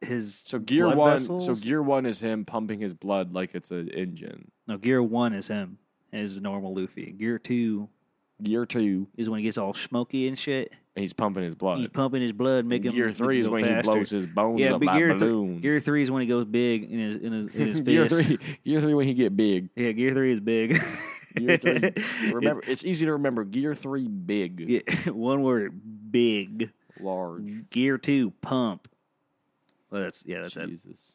[SPEAKER 3] his
[SPEAKER 2] So gear
[SPEAKER 3] Blood
[SPEAKER 2] one. So
[SPEAKER 3] vessels?
[SPEAKER 2] gear one is him pumping his blood like it's an engine.
[SPEAKER 3] No, gear one is him, is normal Luffy. Gear two
[SPEAKER 2] Gear two,
[SPEAKER 3] is when he gets all smoky and shit.
[SPEAKER 2] he's pumping his blood.
[SPEAKER 3] He's pumping his blood, making
[SPEAKER 2] gear
[SPEAKER 3] him
[SPEAKER 2] three is
[SPEAKER 3] go
[SPEAKER 2] when
[SPEAKER 3] faster.
[SPEAKER 2] he blows his bones
[SPEAKER 3] Yeah,
[SPEAKER 2] up
[SPEAKER 3] but
[SPEAKER 2] like
[SPEAKER 3] gear,
[SPEAKER 2] balloons.
[SPEAKER 3] th- gear three is when he goes big in his in his, in his
[SPEAKER 2] Gear
[SPEAKER 3] fist.
[SPEAKER 2] three, gear three when he get big.
[SPEAKER 3] Yeah, gear three is big.
[SPEAKER 2] Gear three. Remember, it's easy to remember. Gear three, big,
[SPEAKER 3] Yeah, one word, big.
[SPEAKER 2] large.
[SPEAKER 3] Gear two, pump. Well, that's yeah, that's it.
[SPEAKER 2] Jesus.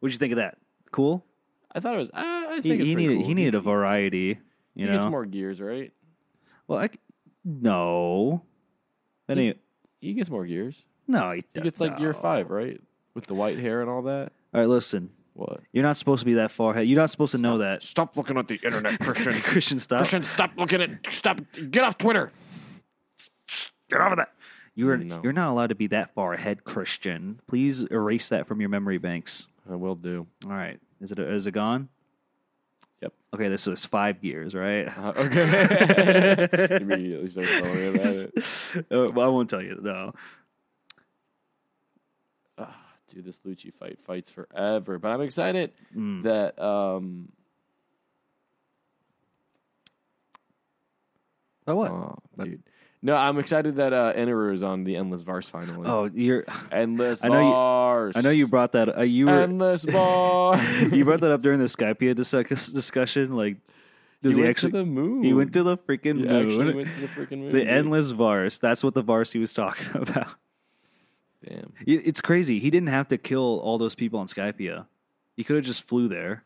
[SPEAKER 3] What'd you think of that? Cool.
[SPEAKER 2] I thought it was. I, I think
[SPEAKER 3] He,
[SPEAKER 2] it's
[SPEAKER 3] he
[SPEAKER 2] pretty
[SPEAKER 3] needed
[SPEAKER 2] cool.
[SPEAKER 3] he needed a variety.
[SPEAKER 2] He
[SPEAKER 3] You know,
[SPEAKER 2] gets more gears, right?
[SPEAKER 3] well, I c no, That
[SPEAKER 2] He-
[SPEAKER 3] ain't-
[SPEAKER 2] He gets more gears.
[SPEAKER 3] no, he,
[SPEAKER 2] He
[SPEAKER 3] does
[SPEAKER 2] gets like gear
[SPEAKER 3] not.
[SPEAKER 2] five, right? With the white hair and all that.
[SPEAKER 3] All right, listen.
[SPEAKER 2] What?
[SPEAKER 3] You're not supposed to be that far ahead. You're not supposed to know that.
[SPEAKER 2] Stop looking at the internet, Christian.
[SPEAKER 3] Christian, stop.
[SPEAKER 2] Christian, stop looking at. Stop. Get off Twitter.
[SPEAKER 3] Get off of that. You're
[SPEAKER 2] Mm, No.
[SPEAKER 3] you're not allowed to be that far ahead, Christian. Please erase that from your memory banks.
[SPEAKER 2] I will do.
[SPEAKER 3] All right. Is it is it gone?
[SPEAKER 2] Yep.
[SPEAKER 3] Okay, this is five gears, right?
[SPEAKER 2] Uh, okay. Immediately start throwing it at it.
[SPEAKER 3] Uh, well, I won't tell you though.
[SPEAKER 2] Ah, dude, this Lucci fight fights forever, but I'm excited
[SPEAKER 3] Mm.
[SPEAKER 2] that um,
[SPEAKER 3] Oh what?
[SPEAKER 2] Oh,
[SPEAKER 3] But-
[SPEAKER 2] dude. No, I'm excited that uh, Enterer is on the Endless Vars finally.
[SPEAKER 3] oh, you're.
[SPEAKER 2] Endless
[SPEAKER 3] I know you-
[SPEAKER 2] Vars.
[SPEAKER 3] I know you brought that. Uh, you were.
[SPEAKER 2] Endless Vars.
[SPEAKER 3] you brought that up during the Skypea discuss- discussion. Like, does he,
[SPEAKER 2] went
[SPEAKER 3] actually?
[SPEAKER 2] to the moon.
[SPEAKER 3] He went to the freaking
[SPEAKER 2] He
[SPEAKER 3] moon.
[SPEAKER 2] actually went to the freaking moon.
[SPEAKER 3] The
[SPEAKER 2] dude.
[SPEAKER 3] endless Vars. That's what the Vars he was talking about.
[SPEAKER 2] Damn.
[SPEAKER 3] It- It's crazy. He didn't have to kill all those people on Skypia. He could have just flew there.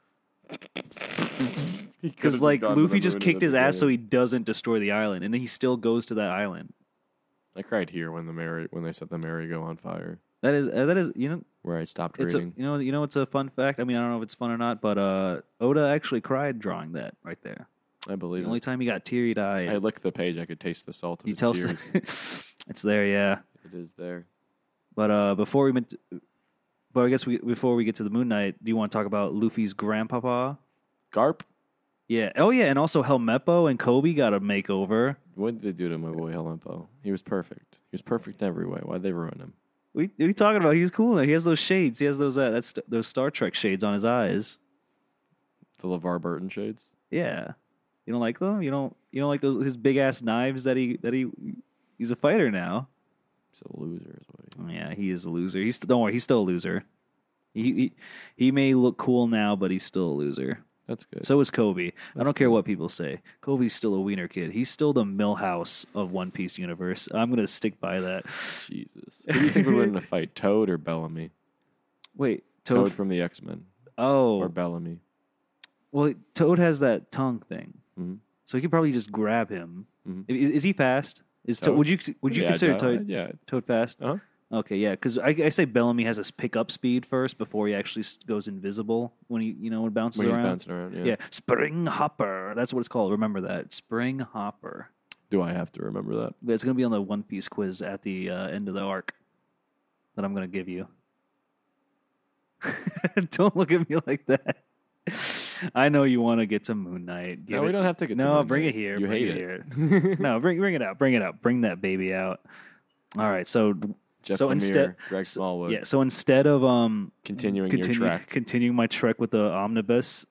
[SPEAKER 2] He could've
[SPEAKER 3] Because like
[SPEAKER 2] gone to the
[SPEAKER 3] Luffy just
[SPEAKER 2] moon at
[SPEAKER 3] kicked
[SPEAKER 2] the
[SPEAKER 3] his ass so
[SPEAKER 2] beginning.
[SPEAKER 3] he doesn't destroy the island, and then he still goes to that island.
[SPEAKER 2] I cried here when the merry when they set the merry-go on fire,
[SPEAKER 3] That is uh, that is you know
[SPEAKER 2] where I stopped
[SPEAKER 3] it's a, you
[SPEAKER 2] reading.
[SPEAKER 3] know you know it's a fun fact. I mean I don't know if it's fun or not, but uh, Oda actually cried drawing that right there.
[SPEAKER 2] I believe
[SPEAKER 3] The only
[SPEAKER 2] it.
[SPEAKER 3] time he got teary
[SPEAKER 2] I
[SPEAKER 3] eyed.
[SPEAKER 2] licked the page. I could taste the salt of
[SPEAKER 3] He
[SPEAKER 2] his
[SPEAKER 3] tells
[SPEAKER 2] tears.
[SPEAKER 3] it's there, yeah.
[SPEAKER 2] it is there.
[SPEAKER 3] But uh, before we meant, to- but I guess we before we get to the Moon Knight, do you want to talk about Luffy's grandpapa?
[SPEAKER 2] Garp.
[SPEAKER 3] Yeah. Oh yeah, and also Helmeppo and Kobe got a makeover.
[SPEAKER 2] What did they do to my boy Helmpo? He was perfect. He was perfect in every way. Why'd they ruin him?
[SPEAKER 3] What what are you talking about? He's cool. now. He has those shades. He has those uh, that's those Star Trek shades on his eyes.
[SPEAKER 2] The LeVar Burton shades?
[SPEAKER 3] Yeah. You don't like them? You don't you don't like those his big ass knives that he that he he's a fighter now.
[SPEAKER 2] He's a loser. Is what he
[SPEAKER 3] Yeah, he is a loser. He's don't worry, he's still a loser. He he, he may look cool now, but he's still a loser.
[SPEAKER 2] That's good.
[SPEAKER 3] So is Kobe. I don't care what people say. Kobe's still a wiener kid. He's still the Millhouse of One Piece universe. I'm gonna stick by that.
[SPEAKER 2] Jesus. Who do you think would win in a fight, Toad or Bellamy?
[SPEAKER 3] Wait,
[SPEAKER 2] Toad,
[SPEAKER 3] Toad.
[SPEAKER 2] from the X Men or
[SPEAKER 3] oh,
[SPEAKER 2] Bellamy?
[SPEAKER 3] well, Toad has that tongue thing,
[SPEAKER 2] Mhm.
[SPEAKER 3] so he could probably just grab him.
[SPEAKER 2] Mhm.
[SPEAKER 3] Is, is he fast? Is Toad?
[SPEAKER 2] Toad?
[SPEAKER 3] Would you would you
[SPEAKER 2] Yeah,
[SPEAKER 3] consider
[SPEAKER 2] Toad-
[SPEAKER 3] Toad
[SPEAKER 2] Yeah.
[SPEAKER 3] Toad fast?
[SPEAKER 2] Uh-huh.
[SPEAKER 3] Okay, yeah, because I, I say Bellamy has his pickup speed first before he actually s- goes invisible when he you know when it bounces
[SPEAKER 2] When he's
[SPEAKER 3] around.
[SPEAKER 2] bouncing around. Yeah.
[SPEAKER 3] yeah, spring hopper. That's what it's called. Remember that spring hopper.
[SPEAKER 2] Do I have to remember that?
[SPEAKER 3] But It's going to be on the One Piece quiz at the uh, end of the arc that I'm going to give you. don't look at me like that. I know you want to get to Moon Knight. Give
[SPEAKER 2] no, we
[SPEAKER 3] it-
[SPEAKER 2] don't have to get to
[SPEAKER 3] No,
[SPEAKER 2] Moon
[SPEAKER 3] bring
[SPEAKER 2] Knight.
[SPEAKER 3] it here.
[SPEAKER 2] You
[SPEAKER 3] bring
[SPEAKER 2] hate
[SPEAKER 3] it,
[SPEAKER 2] it.
[SPEAKER 3] here. no, bring bring it out. Bring it out. Bring that baby out. All right. So
[SPEAKER 2] Jeff
[SPEAKER 3] So
[SPEAKER 2] Lemire,
[SPEAKER 3] instead-
[SPEAKER 2] Greg
[SPEAKER 3] so-
[SPEAKER 2] Smallwood.
[SPEAKER 3] yeah. So instead of um
[SPEAKER 2] Continuing your
[SPEAKER 3] continue-
[SPEAKER 2] track.
[SPEAKER 3] continuing my trek with the omnibus,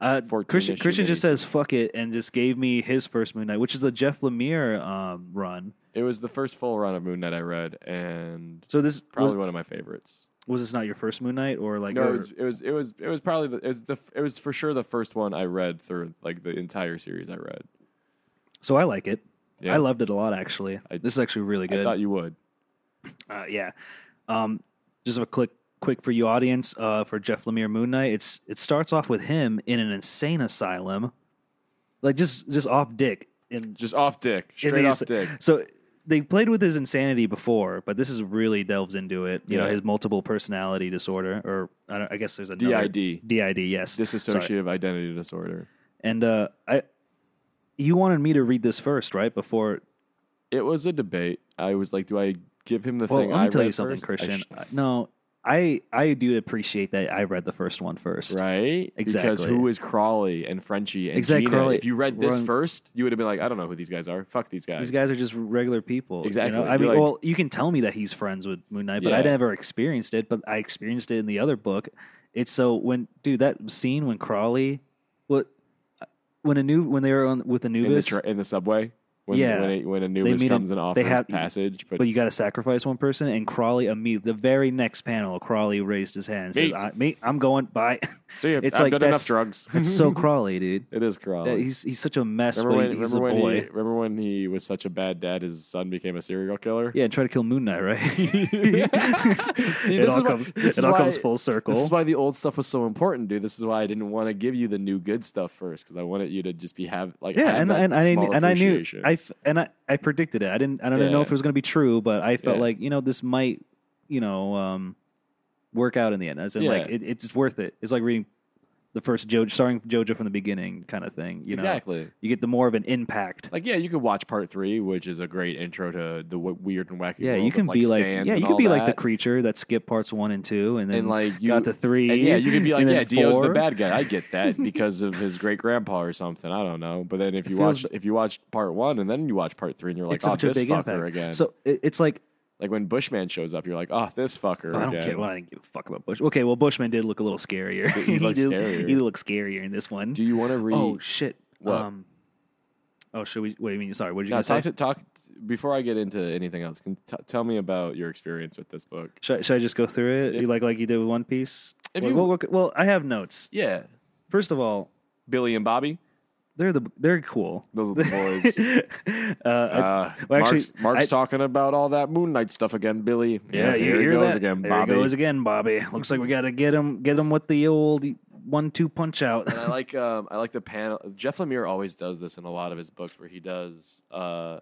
[SPEAKER 3] Uh,
[SPEAKER 2] 14
[SPEAKER 3] Christian,
[SPEAKER 2] issue
[SPEAKER 3] Christian just
[SPEAKER 2] miniseries.
[SPEAKER 3] says "fuck it" and just gave me his first Moon Knight, which is a Jeff Lemire um, run.
[SPEAKER 2] It was the first full run of Moon Knight I read, and
[SPEAKER 3] So this
[SPEAKER 2] probably
[SPEAKER 3] was,
[SPEAKER 2] one of my favorites.
[SPEAKER 3] was this not your first Moon Knight or like
[SPEAKER 2] no, it
[SPEAKER 3] or-
[SPEAKER 2] was, it was it was it was probably the, it was the it was for sure the first one I read through like the entire series I read.
[SPEAKER 3] so I like it.
[SPEAKER 2] Yeah.
[SPEAKER 3] I loved it a lot actually.
[SPEAKER 2] I-
[SPEAKER 3] this is actually really
[SPEAKER 2] I
[SPEAKER 3] good.
[SPEAKER 2] thought you would.
[SPEAKER 3] Uh, yeah. Um, just a quick, quick for you audience. Uh, for Jeff Lemire Moon Knight, it's it starts off with him in an insane asylum, like just just off dick. And
[SPEAKER 2] Just off dick,
[SPEAKER 3] in
[SPEAKER 2] straight
[SPEAKER 3] the
[SPEAKER 2] off
[SPEAKER 3] ins-
[SPEAKER 2] dick.
[SPEAKER 3] So they played with his insanity before, but this is really delves into it. You know,
[SPEAKER 2] Yeah.
[SPEAKER 3] his multiple personality disorder, or I, don't, I guess there's another
[SPEAKER 2] DID,
[SPEAKER 3] DID. Yes,
[SPEAKER 2] dissociative identity disorder.
[SPEAKER 3] and uh, I. You wanted me to read this first, right? Before
[SPEAKER 2] It was a debate. I was like, do I give him the
[SPEAKER 3] Well,
[SPEAKER 2] thing?
[SPEAKER 3] let
[SPEAKER 2] I
[SPEAKER 3] me tell you
[SPEAKER 2] read
[SPEAKER 3] something,
[SPEAKER 2] first? I
[SPEAKER 3] Christian.
[SPEAKER 2] sh-
[SPEAKER 3] I- no, I I do appreciate that I read the first one first.
[SPEAKER 2] Right, Because
[SPEAKER 3] Exactly.
[SPEAKER 2] who is Crawley and Frenchie and
[SPEAKER 3] Exact
[SPEAKER 2] Gina?
[SPEAKER 3] Crawley.
[SPEAKER 2] If you read this
[SPEAKER 3] Wrong.
[SPEAKER 2] first, you would have been like, I don't know who these guys are. Fuck these guys.
[SPEAKER 3] These guys are just regular people. you know?
[SPEAKER 2] Exactly.
[SPEAKER 3] I mean,
[SPEAKER 2] You're like-
[SPEAKER 3] well, you can tell me that he's friends with Moon Knight, but I
[SPEAKER 2] Yeah.
[SPEAKER 3] never experienced it. But I experienced it in the other book. It's so when dude that scene when Crawley, what when a new when they were on with
[SPEAKER 2] in the
[SPEAKER 3] Anubis,
[SPEAKER 2] tra- in the subway. When,
[SPEAKER 3] Yeah.
[SPEAKER 2] when, a, when Anubis
[SPEAKER 3] meet in-
[SPEAKER 2] comes and offers
[SPEAKER 3] have-
[SPEAKER 2] passage, but
[SPEAKER 3] but you got to sacrifice one person, and Crawley immediately the very next panel, Crawley raised his hand, and says,
[SPEAKER 2] Me.
[SPEAKER 3] I, "Me, I'm going." Bye.
[SPEAKER 2] See,
[SPEAKER 3] It's
[SPEAKER 2] I've
[SPEAKER 3] like
[SPEAKER 2] done
[SPEAKER 3] that's-
[SPEAKER 2] enough drugs.
[SPEAKER 3] That's so Crawley, dude.
[SPEAKER 2] it is
[SPEAKER 3] That-
[SPEAKER 2] Crawley.
[SPEAKER 3] he's he's such a mess,
[SPEAKER 2] remember when,
[SPEAKER 3] but he- he's
[SPEAKER 2] remember,
[SPEAKER 3] a
[SPEAKER 2] when
[SPEAKER 3] boy.
[SPEAKER 2] he, remember when he was such a bad dad, his son became a serial killer?
[SPEAKER 3] Yeah, and try to kill Moon Knight, right? it
[SPEAKER 2] this
[SPEAKER 3] all
[SPEAKER 2] is why-
[SPEAKER 3] comes
[SPEAKER 2] this
[SPEAKER 3] it
[SPEAKER 2] is
[SPEAKER 3] all
[SPEAKER 2] why-
[SPEAKER 3] comes full circle.
[SPEAKER 2] This is why the old stuff was so important, dude. This is why I didn't want to give you the new good stuff first because I wanted you to just be have like
[SPEAKER 3] yeah,
[SPEAKER 2] have
[SPEAKER 3] and
[SPEAKER 2] that
[SPEAKER 3] and I
[SPEAKER 2] small
[SPEAKER 3] and I knew
[SPEAKER 2] appreciation.
[SPEAKER 3] I f- and I, I predicted it. I didn't I don't even know
[SPEAKER 2] Yeah.
[SPEAKER 3] if it was going to be true, but I felt
[SPEAKER 2] Yeah.
[SPEAKER 3] like you know this might you know um, work out in the end. As in, like
[SPEAKER 2] Yeah.
[SPEAKER 3] it, it's worth it. It's like reading the first JoJo, starting JoJo from the beginning, kind of thing. You know,
[SPEAKER 2] exactly.
[SPEAKER 3] you get the more of an impact.
[SPEAKER 2] Like yeah, you could watch part three, which is a great intro to the w- weird and wacky.
[SPEAKER 3] yeah,
[SPEAKER 2] world
[SPEAKER 3] you
[SPEAKER 2] of,
[SPEAKER 3] can be like
[SPEAKER 2] Stan
[SPEAKER 3] yeah,
[SPEAKER 2] and
[SPEAKER 3] you can
[SPEAKER 2] all
[SPEAKER 3] be like the
[SPEAKER 2] that.
[SPEAKER 3] creature that skipped parts one and two, and then
[SPEAKER 2] and like you
[SPEAKER 3] got to three.
[SPEAKER 2] And yeah, you could be like,
[SPEAKER 3] and then
[SPEAKER 2] yeah, Dio's the
[SPEAKER 3] four.
[SPEAKER 2] bad guy. I get that because of his great grandpa or something. I don't know. But then if you
[SPEAKER 3] feels-
[SPEAKER 2] watch if you watch part one and then you watch part three and you're like,
[SPEAKER 3] It's
[SPEAKER 2] oh,
[SPEAKER 3] such a
[SPEAKER 2] this
[SPEAKER 3] big
[SPEAKER 2] fucker
[SPEAKER 3] impact.
[SPEAKER 2] again.
[SPEAKER 3] So it, it's like
[SPEAKER 2] like when Bushman shows up, you're like, oh, this fucker.
[SPEAKER 3] I don't
[SPEAKER 2] again.
[SPEAKER 3] care. Well, I didn't give a fuck about Bush. Okay, well, Bushman did look a little scarier.
[SPEAKER 2] He looked
[SPEAKER 3] did,
[SPEAKER 2] scarier.
[SPEAKER 3] He looked scarier in this one.
[SPEAKER 2] Do you want to read?
[SPEAKER 3] oh shit.
[SPEAKER 2] What?
[SPEAKER 3] Um, oh, should we? What do you mean? Sorry, what did you
[SPEAKER 2] now,
[SPEAKER 3] gonna say?
[SPEAKER 2] talk to, talk before I get into anything else. Can t- tell me about your experience with this book.
[SPEAKER 3] should, I- should I just go through it?
[SPEAKER 2] If-
[SPEAKER 3] you like like you did with One Piece?
[SPEAKER 2] If
[SPEAKER 3] well,
[SPEAKER 2] you-
[SPEAKER 3] well, well, well, I have notes.
[SPEAKER 2] Yeah,
[SPEAKER 3] First of all,
[SPEAKER 2] Billy and Bobby,
[SPEAKER 3] they're the they're cool.
[SPEAKER 2] those are the boys.
[SPEAKER 3] uh, I-
[SPEAKER 2] Uh,
[SPEAKER 3] well, actually,
[SPEAKER 2] Mark's, Mark's
[SPEAKER 3] I-
[SPEAKER 2] talking about all that Moon Knight stuff again, Billy.
[SPEAKER 3] yeah, you
[SPEAKER 2] here he
[SPEAKER 3] hear
[SPEAKER 2] goes
[SPEAKER 3] that?
[SPEAKER 2] again,
[SPEAKER 3] there
[SPEAKER 2] Bobby.
[SPEAKER 3] he goes again, Bobby. Looks like we got to get him get him with the old one two punch out.
[SPEAKER 2] and I like um, I like the panel. Jeff Lemire always does this in a lot of his books, where he does uh,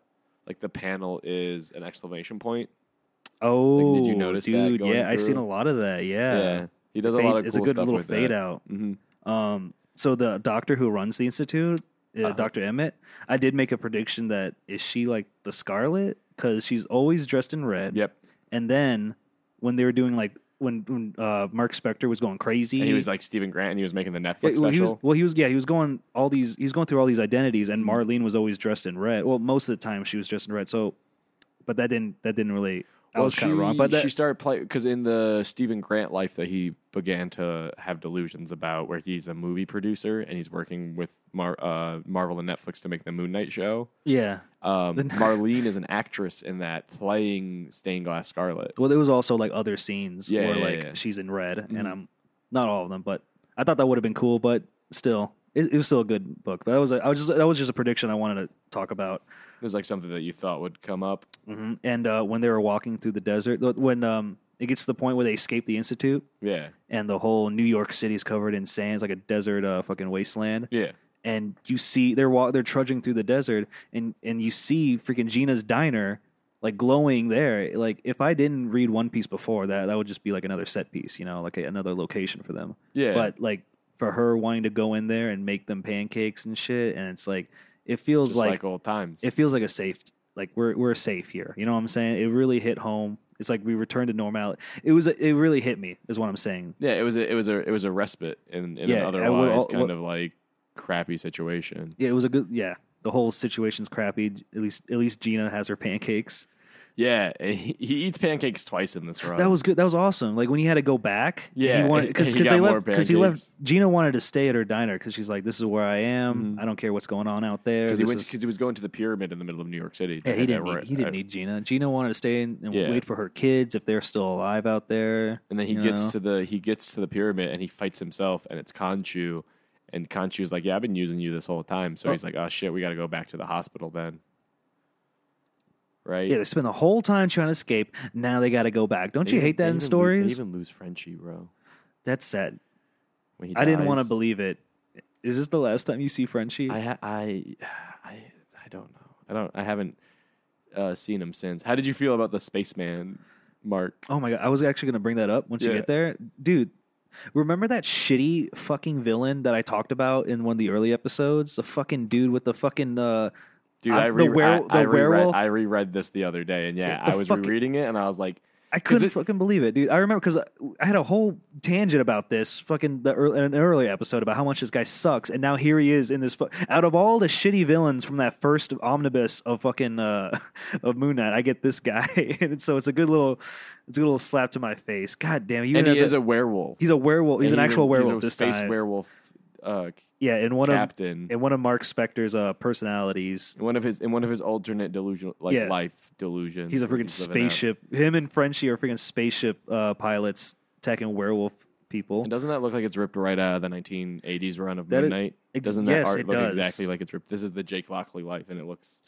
[SPEAKER 2] like the panel is an exclamation point.
[SPEAKER 3] Oh,
[SPEAKER 2] did you notice that
[SPEAKER 3] dude?
[SPEAKER 2] going
[SPEAKER 3] yeah, I've
[SPEAKER 2] through?
[SPEAKER 3] seen a lot of that. Yeah,
[SPEAKER 2] he does
[SPEAKER 3] Fade-
[SPEAKER 2] a lot of
[SPEAKER 3] it's
[SPEAKER 2] cool
[SPEAKER 3] a good
[SPEAKER 2] stuff
[SPEAKER 3] little
[SPEAKER 2] with
[SPEAKER 3] fade
[SPEAKER 2] that.
[SPEAKER 3] out.
[SPEAKER 2] Mhm.
[SPEAKER 3] Um, so the doctor who runs the institute, uh,
[SPEAKER 2] Uh-huh.
[SPEAKER 3] Doctor Emmett, I did make a prediction that is she like the Scarlet because she's always dressed in red.
[SPEAKER 2] Yep,
[SPEAKER 3] And then when they were doing like when, when uh, Mark Spector was going crazy,
[SPEAKER 2] and he was like Stephen Grant, and he was making the Netflix
[SPEAKER 3] Yeah, well, he
[SPEAKER 2] special. Mm-hmm.
[SPEAKER 3] was, well, he was yeah, he was going all these. He was going through all these identities, and Marlene was always dressed in red. Well, most of the time she was dressed in red. So, but that didn't that didn't really. I was kind of wrong, but that,
[SPEAKER 2] she started playing because in the Stephen Grant life that he began to have delusions about, where he's a movie producer and he's working with Mar- uh, Marvel and Netflix to make the Moon Knight show.
[SPEAKER 3] yeah.
[SPEAKER 2] Um, Marlene is an actress in that playing Stained Glass Scarlet.
[SPEAKER 3] Well, there was also like other scenes
[SPEAKER 2] Yeah,
[SPEAKER 3] where
[SPEAKER 2] yeah,
[SPEAKER 3] like
[SPEAKER 2] yeah.
[SPEAKER 3] she's in red,
[SPEAKER 2] Mhm.
[SPEAKER 3] and I'm not all of them, but I thought that would have been cool. But still, it, it was still a good book. But that was a, I was just that was just a prediction I wanted to talk about.
[SPEAKER 2] It was like something that you thought would come up.
[SPEAKER 3] hmm And uh, when they were walking through the desert, th- when um, it gets to the point where they escape the institute
[SPEAKER 2] Yeah,
[SPEAKER 3] and the whole New York City is covered in sand, it's like a desert uh, fucking wasteland,
[SPEAKER 2] yeah.
[SPEAKER 3] and you see they're wa- they're trudging through the desert, and and you see freaking Gina's diner. Like glowing there, like if I didn't read One Piece before that, that would just be like another set piece, you know, like a, another location for them.
[SPEAKER 2] Yeah,
[SPEAKER 3] But like for her wanting to go in there and make them pancakes and shit, and it's like it feels
[SPEAKER 2] just like,
[SPEAKER 3] like
[SPEAKER 2] old times.
[SPEAKER 3] it feels like a safe like we're we're safe here. You know what I'm saying? It really hit home. It's like we returned to normality. It was it really hit me is what I'm saying.
[SPEAKER 2] yeah, it was a, it was a it was a respite in, in
[SPEAKER 3] Yeah,
[SPEAKER 2] an
[SPEAKER 3] I will-
[SPEAKER 2] otherwise
[SPEAKER 3] I'll-
[SPEAKER 2] kind
[SPEAKER 3] what-
[SPEAKER 2] of like crappy situation.
[SPEAKER 3] Yeah, it was a good yeah. The whole situation's crappy. At least at least Gina has her pancakes.
[SPEAKER 2] Yeah, and he, he eats pancakes twice in this run.
[SPEAKER 3] That was good. That was awesome. Like when he had to go back.
[SPEAKER 2] Yeah,
[SPEAKER 3] he wanted
[SPEAKER 2] and-
[SPEAKER 3] because
[SPEAKER 2] and he got
[SPEAKER 3] they
[SPEAKER 2] more
[SPEAKER 3] left because he
[SPEAKER 2] pancakes.
[SPEAKER 3] left. Gina wanted to stay at her diner because she's like, "This is where I am. I don't care what's going on out there."
[SPEAKER 2] because he
[SPEAKER 3] This
[SPEAKER 2] went
[SPEAKER 3] is-
[SPEAKER 2] because he was going to the pyramid in the middle of New York City.
[SPEAKER 3] yeah, he didn't.
[SPEAKER 2] That-
[SPEAKER 3] Need, he didn't
[SPEAKER 2] that-
[SPEAKER 3] need Gina. Gina wanted to stay and, and
[SPEAKER 2] Yeah.
[SPEAKER 3] wait for her kids if they're still alive out there.
[SPEAKER 2] And then he
[SPEAKER 3] you
[SPEAKER 2] gets
[SPEAKER 3] know?
[SPEAKER 2] to the he gets to the pyramid and he fights himself and it's Kanchu, and Kanchu's like, "Yeah, I've been using you this whole time." So
[SPEAKER 3] Oh.
[SPEAKER 2] he's like, "Oh shit, we got to go back to the hospital then." Right?
[SPEAKER 3] Yeah, they spend the whole time trying to escape. Now they got to go back. Don't
[SPEAKER 2] They
[SPEAKER 3] you
[SPEAKER 2] even-
[SPEAKER 3] hate that
[SPEAKER 2] they
[SPEAKER 3] in
[SPEAKER 2] even lo-
[SPEAKER 3] stories?
[SPEAKER 2] they even lose Frenchie, bro.
[SPEAKER 3] That's sad.
[SPEAKER 2] When he
[SPEAKER 3] I didn't want to
[SPEAKER 2] dies.
[SPEAKER 3] believe it. Is this the last time you see Frenchie?
[SPEAKER 2] I ha- I I I don't know. I don't. I haven't uh, seen him since. How did you feel about the spaceman, Mark?
[SPEAKER 3] Oh my god, I was actually going to bring that up once
[SPEAKER 2] Yeah.
[SPEAKER 3] you get there. Dude, remember that shitty fucking villain that I talked about in one of the early episodes? The fucking dude with the fucking uh
[SPEAKER 2] Dude, I,
[SPEAKER 3] I- the
[SPEAKER 2] re-
[SPEAKER 3] were-
[SPEAKER 2] I,
[SPEAKER 3] the
[SPEAKER 2] I reread,
[SPEAKER 3] werewolf-
[SPEAKER 2] I reread this the other day, and yeah,
[SPEAKER 3] Yeah, the
[SPEAKER 2] I was
[SPEAKER 3] fucking-
[SPEAKER 2] rereading it, and I was like,
[SPEAKER 3] I couldn't
[SPEAKER 2] it-
[SPEAKER 3] fucking believe it, dude. I remember because I, I had a whole tangent about this fucking the early, an early episode about how much this guy sucks, and now here he is in this. Fu- out of all the shitty villains from that first omnibus of fucking uh, of Moon Knight, I get this guy, and so it's a good little, it's a good little slap to my face. God damn, it,
[SPEAKER 2] and
[SPEAKER 3] even
[SPEAKER 2] he
[SPEAKER 3] as
[SPEAKER 2] is a, werewolf.
[SPEAKER 3] he's a werewolf. He's
[SPEAKER 2] And
[SPEAKER 3] an actual
[SPEAKER 2] a-
[SPEAKER 3] werewolf
[SPEAKER 2] He's a
[SPEAKER 3] this
[SPEAKER 2] space
[SPEAKER 3] time.
[SPEAKER 2] werewolf uh,
[SPEAKER 3] yeah, and one of
[SPEAKER 2] captain.
[SPEAKER 3] in one of Mark Spector's uh, personalities.
[SPEAKER 2] in one of his in one of his alternate delusion, like
[SPEAKER 3] Yeah.
[SPEAKER 2] life delusions.
[SPEAKER 3] He's a
[SPEAKER 2] where
[SPEAKER 3] freaking
[SPEAKER 2] living out.
[SPEAKER 3] spaceship. Him and Frenchie are freaking spaceship uh, pilots, tech and werewolf people.
[SPEAKER 2] And doesn't that look like it's ripped right out of the 1980s run of
[SPEAKER 3] That
[SPEAKER 2] Moon
[SPEAKER 3] is-
[SPEAKER 2] Knight?
[SPEAKER 3] ex-
[SPEAKER 2] Doesn't that
[SPEAKER 3] yes,
[SPEAKER 2] art
[SPEAKER 3] it
[SPEAKER 2] look
[SPEAKER 3] does.
[SPEAKER 2] exactly like it's ripped? This is the Jake Lockley life, and it looks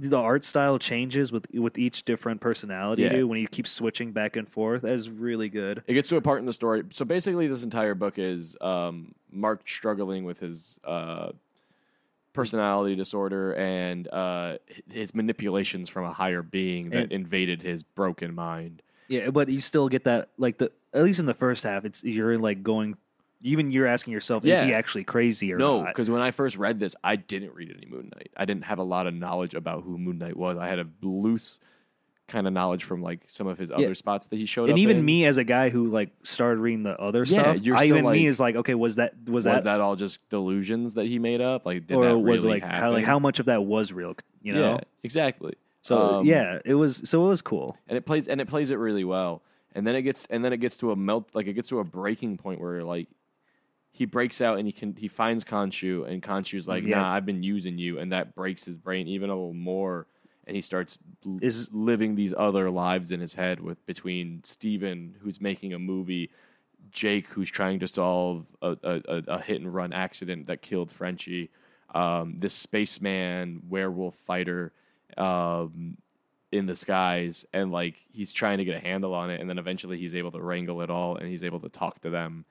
[SPEAKER 3] the art style changes with with each different personality
[SPEAKER 2] Yeah.
[SPEAKER 3] dude, when you keep switching back and forth that is really good
[SPEAKER 2] It gets to a part in the story. So basically, this entire book is um, Mark struggling with his uh, personality disorder and uh, his manipulations from a higher being that
[SPEAKER 3] And-
[SPEAKER 2] invaded his broken mind.
[SPEAKER 3] yeah but you still get that like the at least in the first half it's you're like going even you're asking yourself is
[SPEAKER 2] Yeah.
[SPEAKER 3] he actually crazy or
[SPEAKER 2] No,
[SPEAKER 3] not
[SPEAKER 2] because when I first read this, I didn't read any Moon Knight. I didn't have a lot of knowledge about who Moon Knight was. I had a loose kind of knowledge from like some of his other spots that he showed up.
[SPEAKER 3] and even
[SPEAKER 2] in.
[SPEAKER 3] me as a guy who like started reading the other
[SPEAKER 2] Yeah,
[SPEAKER 3] stuff
[SPEAKER 2] you're
[SPEAKER 3] I,
[SPEAKER 2] still
[SPEAKER 3] even me
[SPEAKER 2] like-
[SPEAKER 3] is like okay was that was,
[SPEAKER 2] was that, all just delusions that he made up? Like, did
[SPEAKER 3] or
[SPEAKER 2] that
[SPEAKER 3] was
[SPEAKER 2] really
[SPEAKER 3] like how
[SPEAKER 2] happen?
[SPEAKER 3] like how much of that was real you know
[SPEAKER 2] Yeah, exactly.
[SPEAKER 3] so
[SPEAKER 2] Um,
[SPEAKER 3] yeah it was so it was cool
[SPEAKER 2] and it plays and it plays it really well. And then it gets and then it gets to a melt like it gets to a breaking point where like he breaks out and he can he finds Khonshu and Khonshu's like,
[SPEAKER 3] Yeah.
[SPEAKER 2] nah, I've been using you, and that breaks his brain even a little more. And he starts l-
[SPEAKER 3] Is-
[SPEAKER 2] living these other lives in his head with between Steven, who's making a movie, Jake, who's trying to solve a, a, a- a hit and run accident that killed Frenchie, um, this spaceman werewolf fighter um, in the skies, and like he's trying to get a handle on it, and then eventually he's able to wrangle it all, and he's able to talk to them.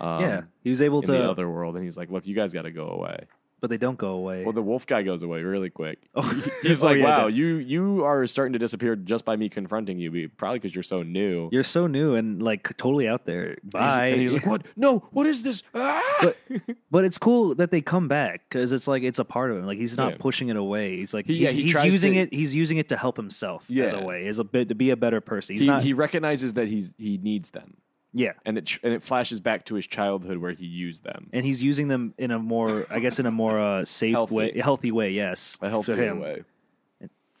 [SPEAKER 2] Um,
[SPEAKER 3] yeah he was able
[SPEAKER 2] in the
[SPEAKER 3] to
[SPEAKER 2] other world, and he's like, "Look, you guys got to go away."
[SPEAKER 3] but they don't go away
[SPEAKER 2] Well, the wolf guy goes away really quick.
[SPEAKER 3] Oh,
[SPEAKER 2] He's
[SPEAKER 3] oh,
[SPEAKER 2] like,
[SPEAKER 3] yeah,
[SPEAKER 2] "Wow,
[SPEAKER 3] that-
[SPEAKER 2] you you are starting to disappear just by me confronting you, be- probably because you're so new."
[SPEAKER 3] You're so new and like totally out there.
[SPEAKER 2] And he's-
[SPEAKER 3] Bye.
[SPEAKER 2] And he's like, "What? No, what is this?" Ah!"
[SPEAKER 3] But- but it's cool that they come back because it's like it's a part of him. Like he's not
[SPEAKER 2] Yeah.
[SPEAKER 3] pushing it away. He's like
[SPEAKER 2] He- yeah,
[SPEAKER 3] he's,
[SPEAKER 2] he
[SPEAKER 3] he's
[SPEAKER 2] tries
[SPEAKER 3] using
[SPEAKER 2] to-
[SPEAKER 3] it. He's using it to help himself as
[SPEAKER 2] Yeah.
[SPEAKER 3] a way, as a bit to be a better person. He's
[SPEAKER 2] he,
[SPEAKER 3] not.
[SPEAKER 2] he recognizes that he's he needs them,
[SPEAKER 3] yeah,
[SPEAKER 2] and it tr- and it flashes back to his childhood where he used them.
[SPEAKER 3] and he's using them in a more, I guess, in a more uh, safe
[SPEAKER 2] Healthy.
[SPEAKER 3] way, healthy way. Yes,
[SPEAKER 2] A healthier
[SPEAKER 3] for him
[SPEAKER 2] way.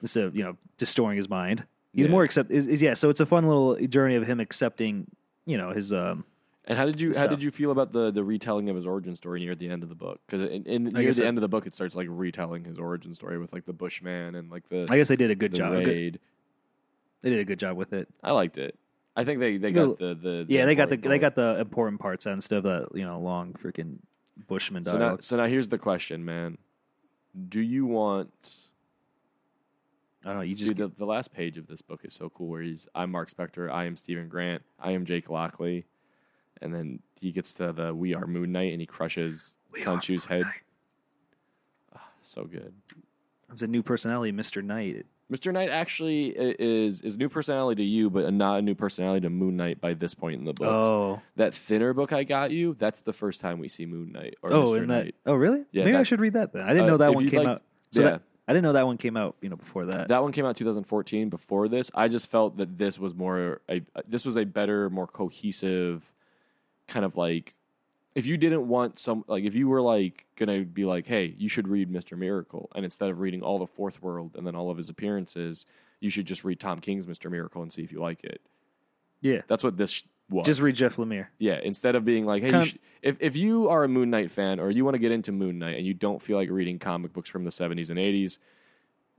[SPEAKER 3] instead of you know distorting his mind. He's
[SPEAKER 2] Yeah.
[SPEAKER 3] more accept. Is, is, yeah, so it's a fun little journey of him accepting. You know his um
[SPEAKER 2] And how did you how
[SPEAKER 3] stuff.
[SPEAKER 2] did you feel about the the retelling of his origin story near the end of the book? Because in, in near
[SPEAKER 3] guess
[SPEAKER 2] the
[SPEAKER 3] that's-
[SPEAKER 2] end of the book, it starts like retelling his origin story with like the Bushman and like the,
[SPEAKER 3] I guess they did a good
[SPEAKER 2] the
[SPEAKER 3] job. A good-
[SPEAKER 2] raid.
[SPEAKER 3] they did a good job with it.
[SPEAKER 2] I liked it. I think they they
[SPEAKER 3] No,
[SPEAKER 2] got the the
[SPEAKER 3] yeah, they got the
[SPEAKER 2] important
[SPEAKER 3] they
[SPEAKER 2] part.
[SPEAKER 3] got the important parts out instead of that you know long freaking Bushman
[SPEAKER 2] so now
[SPEAKER 3] dialogue.
[SPEAKER 2] so now here's the question, man. Do you want?
[SPEAKER 3] I don't know. You just
[SPEAKER 2] dude, the, the last page of this book is so cool. Where he's I'm Mark Spector, I am Stephen Grant, I am Jake Lockley, and then he gets to the We Are Moon Knight and he crushes
[SPEAKER 3] We Are
[SPEAKER 2] Khonshu's head. Ah, so good.
[SPEAKER 3] it's a new personality, Mister Knight.
[SPEAKER 2] Mr. Knight actually i- is is a new personality to you, but not a new personality to Moon Knight by this point in the book.
[SPEAKER 3] Oh,
[SPEAKER 2] That thinner book I got you, that's the first time we see Moon Knight or
[SPEAKER 3] oh,
[SPEAKER 2] Mr.
[SPEAKER 3] and that.
[SPEAKER 2] Knight.
[SPEAKER 3] Oh, really?
[SPEAKER 2] Yeah,
[SPEAKER 3] Maybe I
[SPEAKER 2] that-
[SPEAKER 3] should read that then. I didn't
[SPEAKER 2] Uh,
[SPEAKER 3] know
[SPEAKER 2] if
[SPEAKER 3] that one
[SPEAKER 2] you'd
[SPEAKER 3] came
[SPEAKER 2] like-
[SPEAKER 3] out. So
[SPEAKER 2] yeah.
[SPEAKER 3] that- I didn't know that one came out. You know, before that.
[SPEAKER 2] That one came out 2014 before this. I just felt that this was more a this was a better, more cohesive kind of like if you didn't want some like if you were like gonna be like hey you should read mr miracle and instead of reading all the fourth world and then all of his appearances you should just read tom king's mr miracle and see if you like it
[SPEAKER 3] Yeah.
[SPEAKER 2] that's what this was
[SPEAKER 3] Just read Jeff Lemire.
[SPEAKER 2] yeah instead of being like hey you
[SPEAKER 3] Kind of-
[SPEAKER 2] should, if, if you are a moon knight fan or you want to get into moon knight and you don't feel like reading comic books from the 70s and 80s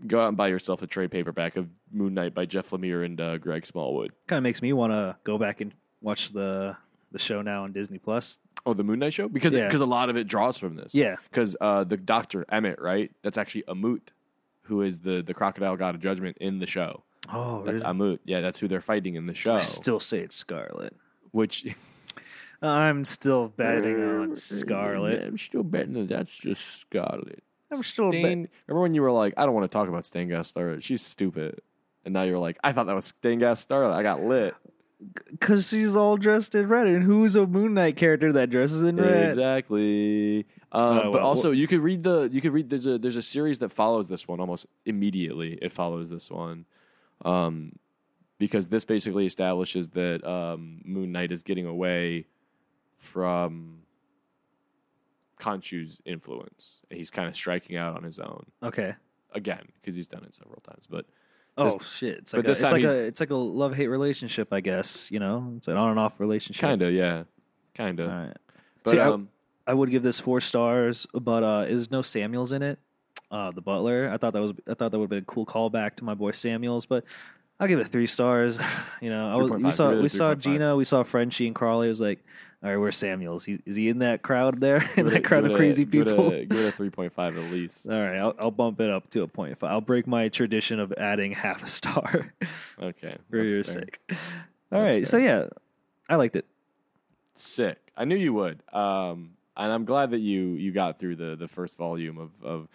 [SPEAKER 2] go out and buy yourself a trade paperback of moon knight by jeff lemire and uh, greg smallwood
[SPEAKER 3] Kind of makes me want to go back and watch the the show now on Disney Plus.
[SPEAKER 2] oh the moon knight show because
[SPEAKER 3] Yeah.
[SPEAKER 2] because a lot of it draws from this
[SPEAKER 3] Yeah.
[SPEAKER 2] because uh, the doctor Emmett, right? That's actually Amut, who is the the crocodile god of judgment in the show.
[SPEAKER 3] Oh,
[SPEAKER 2] That's
[SPEAKER 3] really?
[SPEAKER 2] Amut. Yeah, that's who they're fighting in the show.
[SPEAKER 3] I still say it's Scarlet.
[SPEAKER 2] Which
[SPEAKER 3] I'm still betting
[SPEAKER 2] Mm,
[SPEAKER 3] on Scarlet.
[SPEAKER 2] I'm still betting that that's just Scarlet.
[SPEAKER 3] I'm still betting.
[SPEAKER 2] Stain, remember when you were like, I don't want to talk about Stengas Starlet. She's stupid. And now you're like, I thought that was Stengas Starlet. I got lit.
[SPEAKER 3] Because she's all dressed in red. And who's a Moon Knight character that dresses in red?
[SPEAKER 2] Exactly. Um,
[SPEAKER 3] Oh,
[SPEAKER 2] but
[SPEAKER 3] well,
[SPEAKER 2] also, you could read the you could read there's a there's a series that follows this one almost immediately. It follows this one, um, because this basically establishes that um, Moon Knight is getting away from Khonshu's influence. He's kind of striking out on his own
[SPEAKER 3] Okay.
[SPEAKER 2] again because he's done it several times. But
[SPEAKER 3] Oh,
[SPEAKER 2] This-
[SPEAKER 3] shit. It's
[SPEAKER 2] but
[SPEAKER 3] like, a,
[SPEAKER 2] this
[SPEAKER 3] it's
[SPEAKER 2] time
[SPEAKER 3] like
[SPEAKER 2] he's-
[SPEAKER 3] a it's like a love hate relationship, I guess. You know, it's an on and off relationship.
[SPEAKER 2] kind of, yeah, kind of.
[SPEAKER 3] All right.
[SPEAKER 2] But
[SPEAKER 3] See, I-
[SPEAKER 2] um,
[SPEAKER 3] I would give this four stars, but uh, is no Samuels in it? Uh, the butler. I thought that was I thought that would have been a cool callback to my boy Samuels, but I'll give it three stars. you know, I was, we
[SPEAKER 2] 3.5,
[SPEAKER 3] saw
[SPEAKER 2] really
[SPEAKER 3] we saw
[SPEAKER 2] 3.5.
[SPEAKER 3] Gina, we saw Frenchie and Crawley. It was like, all right, where's Samuels? He, is he in that crowd there? in
[SPEAKER 2] give it
[SPEAKER 3] that
[SPEAKER 2] a-
[SPEAKER 3] crowd
[SPEAKER 2] give
[SPEAKER 3] of
[SPEAKER 2] it a-
[SPEAKER 3] crazy
[SPEAKER 2] give it a-
[SPEAKER 3] people?
[SPEAKER 2] give it a three point five at least.
[SPEAKER 3] All right, I'll, I'll bump it up to a point five. I'll break my tradition of adding half a star
[SPEAKER 2] Okay,
[SPEAKER 3] for
[SPEAKER 2] that's fair.
[SPEAKER 3] your sake. All
[SPEAKER 2] That's
[SPEAKER 3] right, so yeah, I liked it.
[SPEAKER 2] sick. I knew you would. Um, and I'm glad that you you got through the the first volume of of.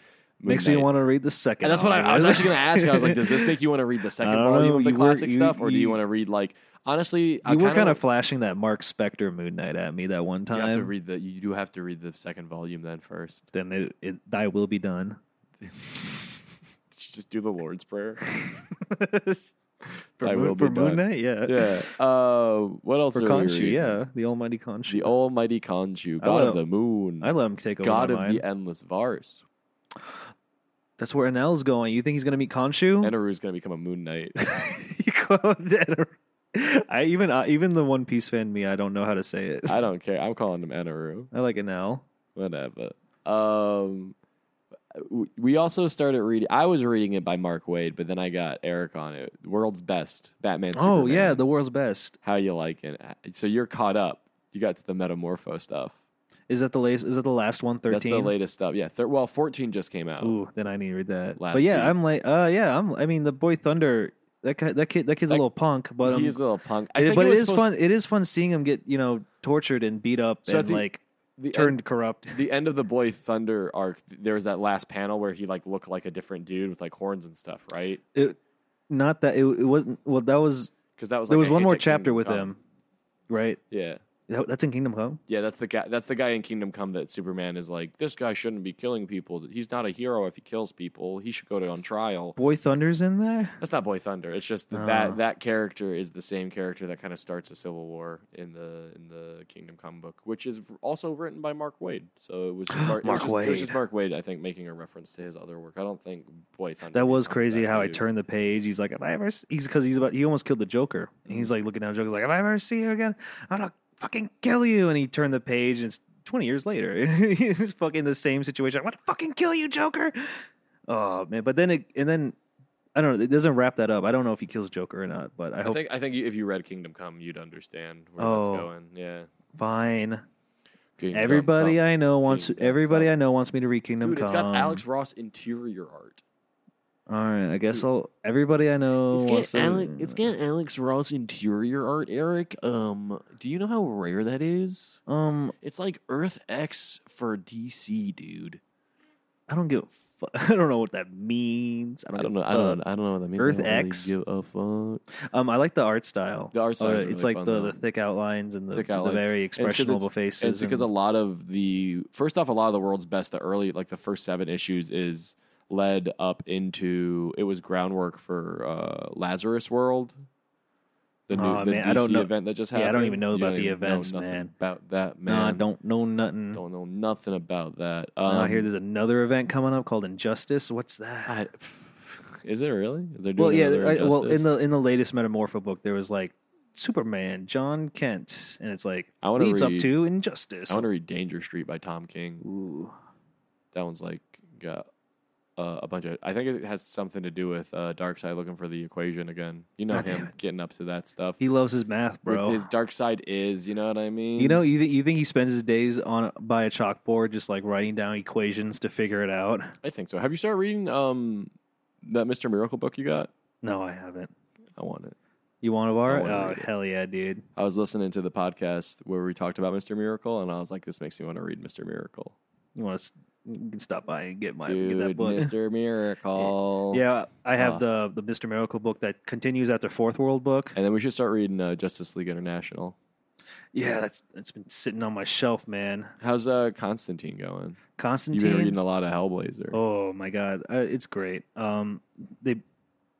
[SPEAKER 2] Moon
[SPEAKER 3] Makes me
[SPEAKER 2] Knight.
[SPEAKER 3] want to read the second.
[SPEAKER 2] And that's what I, I was
[SPEAKER 3] one.
[SPEAKER 2] actually going to ask. I was like, does this make you want to read the second
[SPEAKER 3] I don't
[SPEAKER 2] volume
[SPEAKER 3] know.
[SPEAKER 2] of the
[SPEAKER 3] You were-
[SPEAKER 2] classic
[SPEAKER 3] you-
[SPEAKER 2] stuff, or do you
[SPEAKER 3] you-
[SPEAKER 2] want to read like honestly? I
[SPEAKER 3] You were
[SPEAKER 2] kinda
[SPEAKER 3] kind of
[SPEAKER 2] want-
[SPEAKER 3] flashing that Mark Spector Moon Knight at me that one
[SPEAKER 2] You have to
[SPEAKER 3] time.
[SPEAKER 2] read the. You do have to read the second volume then first.
[SPEAKER 3] then it, it, I will be done.
[SPEAKER 2] Just do the Lord's Prayer.
[SPEAKER 3] for
[SPEAKER 2] I
[SPEAKER 3] Moon,
[SPEAKER 2] will be
[SPEAKER 3] for Moon
[SPEAKER 2] done.
[SPEAKER 3] Knight, yeah.
[SPEAKER 2] yeah. Uh, what else?
[SPEAKER 3] For
[SPEAKER 2] are we
[SPEAKER 3] Khonshu,
[SPEAKER 2] reading?
[SPEAKER 3] yeah. The almighty Khonshu.
[SPEAKER 2] The Almighty Khonshu,
[SPEAKER 3] I
[SPEAKER 2] God
[SPEAKER 3] let
[SPEAKER 2] of
[SPEAKER 3] him-
[SPEAKER 2] the Moon,
[SPEAKER 3] I let him take over
[SPEAKER 2] God
[SPEAKER 3] my
[SPEAKER 2] of
[SPEAKER 3] mind.
[SPEAKER 2] the Endless Vars.
[SPEAKER 3] That's where Enel's going. You think he's going to meet Khonshu?
[SPEAKER 2] Eneru is going to become a Moon Knight.
[SPEAKER 3] you call him dead. I even I, even the One Piece fan me, I don't know how to say it. I,
[SPEAKER 2] I don't care. I'm calling him Eneru.
[SPEAKER 3] like Enel.
[SPEAKER 2] whatever. Um, w- we also started reading. I was reading it by Mark Wade, but then I got Eric on it. World's best Batman.
[SPEAKER 3] Oh
[SPEAKER 2] Superman.
[SPEAKER 3] yeah, the world's best.
[SPEAKER 2] how you like it? So you're caught up. You got to the Metamorpho stuff.
[SPEAKER 3] Is that the latest? Is that the last one? Thirteen.
[SPEAKER 2] That's the latest stuff. Yeah. Thir- well, 14 just came out.
[SPEAKER 3] Ooh, then I need to read that.
[SPEAKER 2] Oh, Last
[SPEAKER 3] but yeah,
[SPEAKER 2] week.
[SPEAKER 3] I'm like, uh, yeah, I'm. I mean, the boy Thunder, that ki- that kid, that kid's
[SPEAKER 2] Like,
[SPEAKER 3] a little punk, but um,
[SPEAKER 2] He's a little punk. I
[SPEAKER 3] it-
[SPEAKER 2] think
[SPEAKER 3] but
[SPEAKER 2] it,
[SPEAKER 3] it
[SPEAKER 2] was
[SPEAKER 3] is
[SPEAKER 2] supposed-
[SPEAKER 3] fun. It is fun seeing him get you know tortured and beat up
[SPEAKER 2] So at
[SPEAKER 3] and
[SPEAKER 2] the-
[SPEAKER 3] like
[SPEAKER 2] The
[SPEAKER 3] turned corrupt.
[SPEAKER 2] the end of the boy thunder arc there was that last panel where he like looked like a different dude with like horns and stuff right
[SPEAKER 3] It, not that it, it wasn't. Well, that was
[SPEAKER 2] because that was
[SPEAKER 3] there
[SPEAKER 2] like,
[SPEAKER 3] was
[SPEAKER 2] a
[SPEAKER 3] one
[SPEAKER 2] hit
[SPEAKER 3] more
[SPEAKER 2] to Kingdom
[SPEAKER 3] chapter with
[SPEAKER 2] Come.
[SPEAKER 3] him, right?
[SPEAKER 2] yeah
[SPEAKER 3] That- that's in Kingdom Come.
[SPEAKER 2] Yeah, that's the guy. That's the guy in Kingdom Come that Superman is like. This guy shouldn't be killing people. He's not a hero if he kills people. He should go to on trial.
[SPEAKER 3] Boy Thunder's in there.
[SPEAKER 2] That's not Boy Thunder. It's just that
[SPEAKER 3] Oh.
[SPEAKER 2] that, that character is the same character that kind of starts a civil war in the in the Kingdom Come book, which is also written by Mark Wade. So it was just Mark, it was
[SPEAKER 3] Mark
[SPEAKER 2] just- It was
[SPEAKER 3] Wade.
[SPEAKER 2] just Mark Wade, I think, making a reference to his other work. I don't think Boy Thunder.
[SPEAKER 3] That was
[SPEAKER 2] becomes
[SPEAKER 3] crazy
[SPEAKER 2] that
[SPEAKER 3] how I
[SPEAKER 2] dude.
[SPEAKER 3] turned the page. He's like, "Have I ever?" s-" He's because he's about. He almost killed the Joker. And he's like looking down. The Joker's like, "Have I ever seen you again? I'm gonna fucking kill you." And he turned the page, and it's twenty years later. he's fucking the same situation. I want to fucking kill you, Joker. Oh man! But then it and then I don't know. It doesn't wrap that up. I don't know if he kills Joker or not. But I
[SPEAKER 2] I
[SPEAKER 3] hope
[SPEAKER 2] think I think if you read Kingdom Come, you'd understand where that's
[SPEAKER 3] Oh.
[SPEAKER 2] going. Yeah,
[SPEAKER 3] fine.
[SPEAKER 2] Kingdom
[SPEAKER 3] Everybody
[SPEAKER 2] Come.
[SPEAKER 3] I know wants.
[SPEAKER 2] Kingdom
[SPEAKER 3] everybody
[SPEAKER 2] Come.
[SPEAKER 3] I know wants me to read Kingdom
[SPEAKER 2] dude, it's
[SPEAKER 3] Come.
[SPEAKER 2] got Alex Ross interior art.
[SPEAKER 3] All right, I guess I'll. Everybody I know wants
[SPEAKER 2] It's got,
[SPEAKER 3] to-
[SPEAKER 2] Alex, it's got Alex Ross interior art, Eric. Um, do you know how rare that is?
[SPEAKER 3] um,
[SPEAKER 2] It's like Earth X for DC, dude.
[SPEAKER 3] I don't give a fuck. I don't know what that means. I don't,
[SPEAKER 2] I don't know.
[SPEAKER 3] give a
[SPEAKER 2] I don't.
[SPEAKER 3] fuck.
[SPEAKER 2] I don't know what that means.
[SPEAKER 3] Earth
[SPEAKER 2] I don't really
[SPEAKER 3] X?
[SPEAKER 2] give a fuck.
[SPEAKER 3] Um, I like the art style.
[SPEAKER 2] The art style is
[SPEAKER 3] Uh, it's
[SPEAKER 2] really
[SPEAKER 3] like
[SPEAKER 2] fun,
[SPEAKER 3] the,
[SPEAKER 2] though.
[SPEAKER 3] the thick outlines and the,
[SPEAKER 2] Thick
[SPEAKER 3] the
[SPEAKER 2] outlines.
[SPEAKER 3] very
[SPEAKER 2] it's 'cause
[SPEAKER 3] expressionable
[SPEAKER 2] it's-
[SPEAKER 3] faces.
[SPEAKER 2] It's because a
[SPEAKER 3] and-
[SPEAKER 2] lot of the first off, a lot of the world's best. The early, like the first seven issues, is led up into it was groundwork for uh, Lazarus World, The new
[SPEAKER 3] Aw,
[SPEAKER 2] the
[SPEAKER 3] man,
[SPEAKER 2] DC
[SPEAKER 3] I don't know-
[SPEAKER 2] event that just
[SPEAKER 3] Yeah, I
[SPEAKER 2] happened.
[SPEAKER 3] don't even know
[SPEAKER 2] You
[SPEAKER 3] about
[SPEAKER 2] don't
[SPEAKER 3] the
[SPEAKER 2] even know
[SPEAKER 3] events,
[SPEAKER 2] nothing
[SPEAKER 3] man.
[SPEAKER 2] About that, man.
[SPEAKER 3] Nah, don't know nothing.
[SPEAKER 2] don't know nothing about that.
[SPEAKER 3] Nah, I
[SPEAKER 2] Um,
[SPEAKER 3] hear there's another event coming up called Injustice. What's that?
[SPEAKER 2] I, is it really? They're doing
[SPEAKER 3] well, yeah,
[SPEAKER 2] another
[SPEAKER 3] I, well, in
[SPEAKER 2] Injustice?
[SPEAKER 3] the in the latest Metamorpho book, there was like Superman, John Kent, and it's like
[SPEAKER 2] I wanna
[SPEAKER 3] leads up
[SPEAKER 2] read-
[SPEAKER 3] to Injustice.
[SPEAKER 2] I want to read Danger Street by Tom King.
[SPEAKER 3] Ooh,
[SPEAKER 2] That one's like got uh, a bunch of. I think it has something to do with uh, Dark Side looking for the equation again. You know
[SPEAKER 3] God damn
[SPEAKER 2] him getting up to that stuff.
[SPEAKER 3] he loves his math,
[SPEAKER 2] With
[SPEAKER 3] bro.
[SPEAKER 2] his Dark Side is. You know what I mean?
[SPEAKER 3] You know, you, th- you think he spends his days on by a chalkboard, just like writing down equations to figure it out?
[SPEAKER 2] I think so. Have you started reading um that Mister Miracle book you got?
[SPEAKER 3] No, I haven't.
[SPEAKER 2] I want it.
[SPEAKER 3] You want to borrow? it?
[SPEAKER 2] wanna
[SPEAKER 3] Oh,
[SPEAKER 2] read it.
[SPEAKER 3] hell yeah, dude!
[SPEAKER 2] I was listening to the podcast where we talked about Mister Miracle, and I was like, this makes me want to read Mister Miracle.
[SPEAKER 3] You want to? You can stop by and get my get that
[SPEAKER 2] Dude,
[SPEAKER 3] book.
[SPEAKER 2] Mister Miracle.
[SPEAKER 3] Yeah, I have
[SPEAKER 2] Ah.
[SPEAKER 3] the the Mister Miracle book that continues after Fourth World book.
[SPEAKER 2] And then we should start reading uh, Justice League International.
[SPEAKER 3] Yeah, that's it's been sitting on my shelf, man.
[SPEAKER 2] How's uh, Constantine going? You've been reading
[SPEAKER 3] Constantine.
[SPEAKER 2] a lot of Hellblazer.
[SPEAKER 3] Oh my god, uh, it's great. Um, they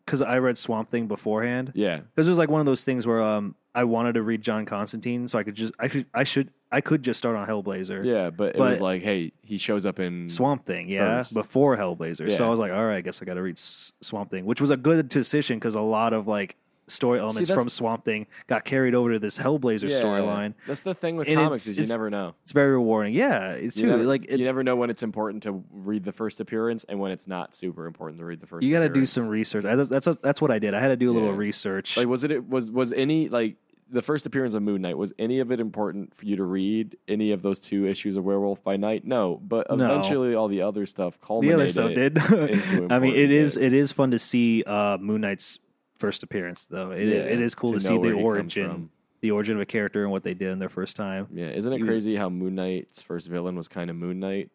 [SPEAKER 3] because I read Swamp Thing beforehand
[SPEAKER 2] Yeah,
[SPEAKER 3] because it was like one of those things where um I wanted to read John Constantine, so I could just I could I should I could just start on Hellblazer.
[SPEAKER 2] yeah, but it was
[SPEAKER 3] But-
[SPEAKER 2] like, hey, he shows up in
[SPEAKER 3] Swamp Thing, yeah,
[SPEAKER 2] First.
[SPEAKER 3] before Hellblazer. So
[SPEAKER 2] Yeah.
[SPEAKER 3] I was like, all right, I guess I got to read S- Swamp Thing, which was a good decision because a lot of like story elements
[SPEAKER 2] that's-
[SPEAKER 3] from Swamp Thing got carried over to this Hellblazer
[SPEAKER 2] Yeah.
[SPEAKER 3] storyline.
[SPEAKER 2] That's the thing with
[SPEAKER 3] And
[SPEAKER 2] comics
[SPEAKER 3] it's-
[SPEAKER 2] is you
[SPEAKER 3] it's-
[SPEAKER 2] never know.
[SPEAKER 3] It's very rewarding. Yeah, it's
[SPEAKER 2] You
[SPEAKER 3] too
[SPEAKER 2] never,
[SPEAKER 3] like it,
[SPEAKER 2] you never know when it's important to read the first appearance and when it's not super important to read the first.
[SPEAKER 3] you got to do
[SPEAKER 2] appearance.
[SPEAKER 3] some research. I, that's, that's that's what I did. I had to do a little
[SPEAKER 2] Yeah.
[SPEAKER 3] research.
[SPEAKER 2] Like, was it was was any like the first appearance of Moon Knight? Was any of it important for you to read? Any of those two issues of Werewolf by Night? No, but
[SPEAKER 3] No.
[SPEAKER 2] eventually all the other stuff
[SPEAKER 3] the
[SPEAKER 2] culminated.
[SPEAKER 3] other stuff did.
[SPEAKER 2] into
[SPEAKER 3] I mean,
[SPEAKER 2] important
[SPEAKER 3] it is
[SPEAKER 2] bits.
[SPEAKER 3] it is fun to see uh, Moon Knight's first appearance, though. It is
[SPEAKER 2] Yeah,
[SPEAKER 3] it is cool
[SPEAKER 2] to
[SPEAKER 3] to,
[SPEAKER 2] know
[SPEAKER 3] see
[SPEAKER 2] where
[SPEAKER 3] the
[SPEAKER 2] he comes
[SPEAKER 3] origin,
[SPEAKER 2] from.
[SPEAKER 3] the origin of a character and what they did in their first time.
[SPEAKER 2] Yeah, isn't it
[SPEAKER 3] He was-
[SPEAKER 2] crazy how Moon Knight's first villain was kind of Moon Knight?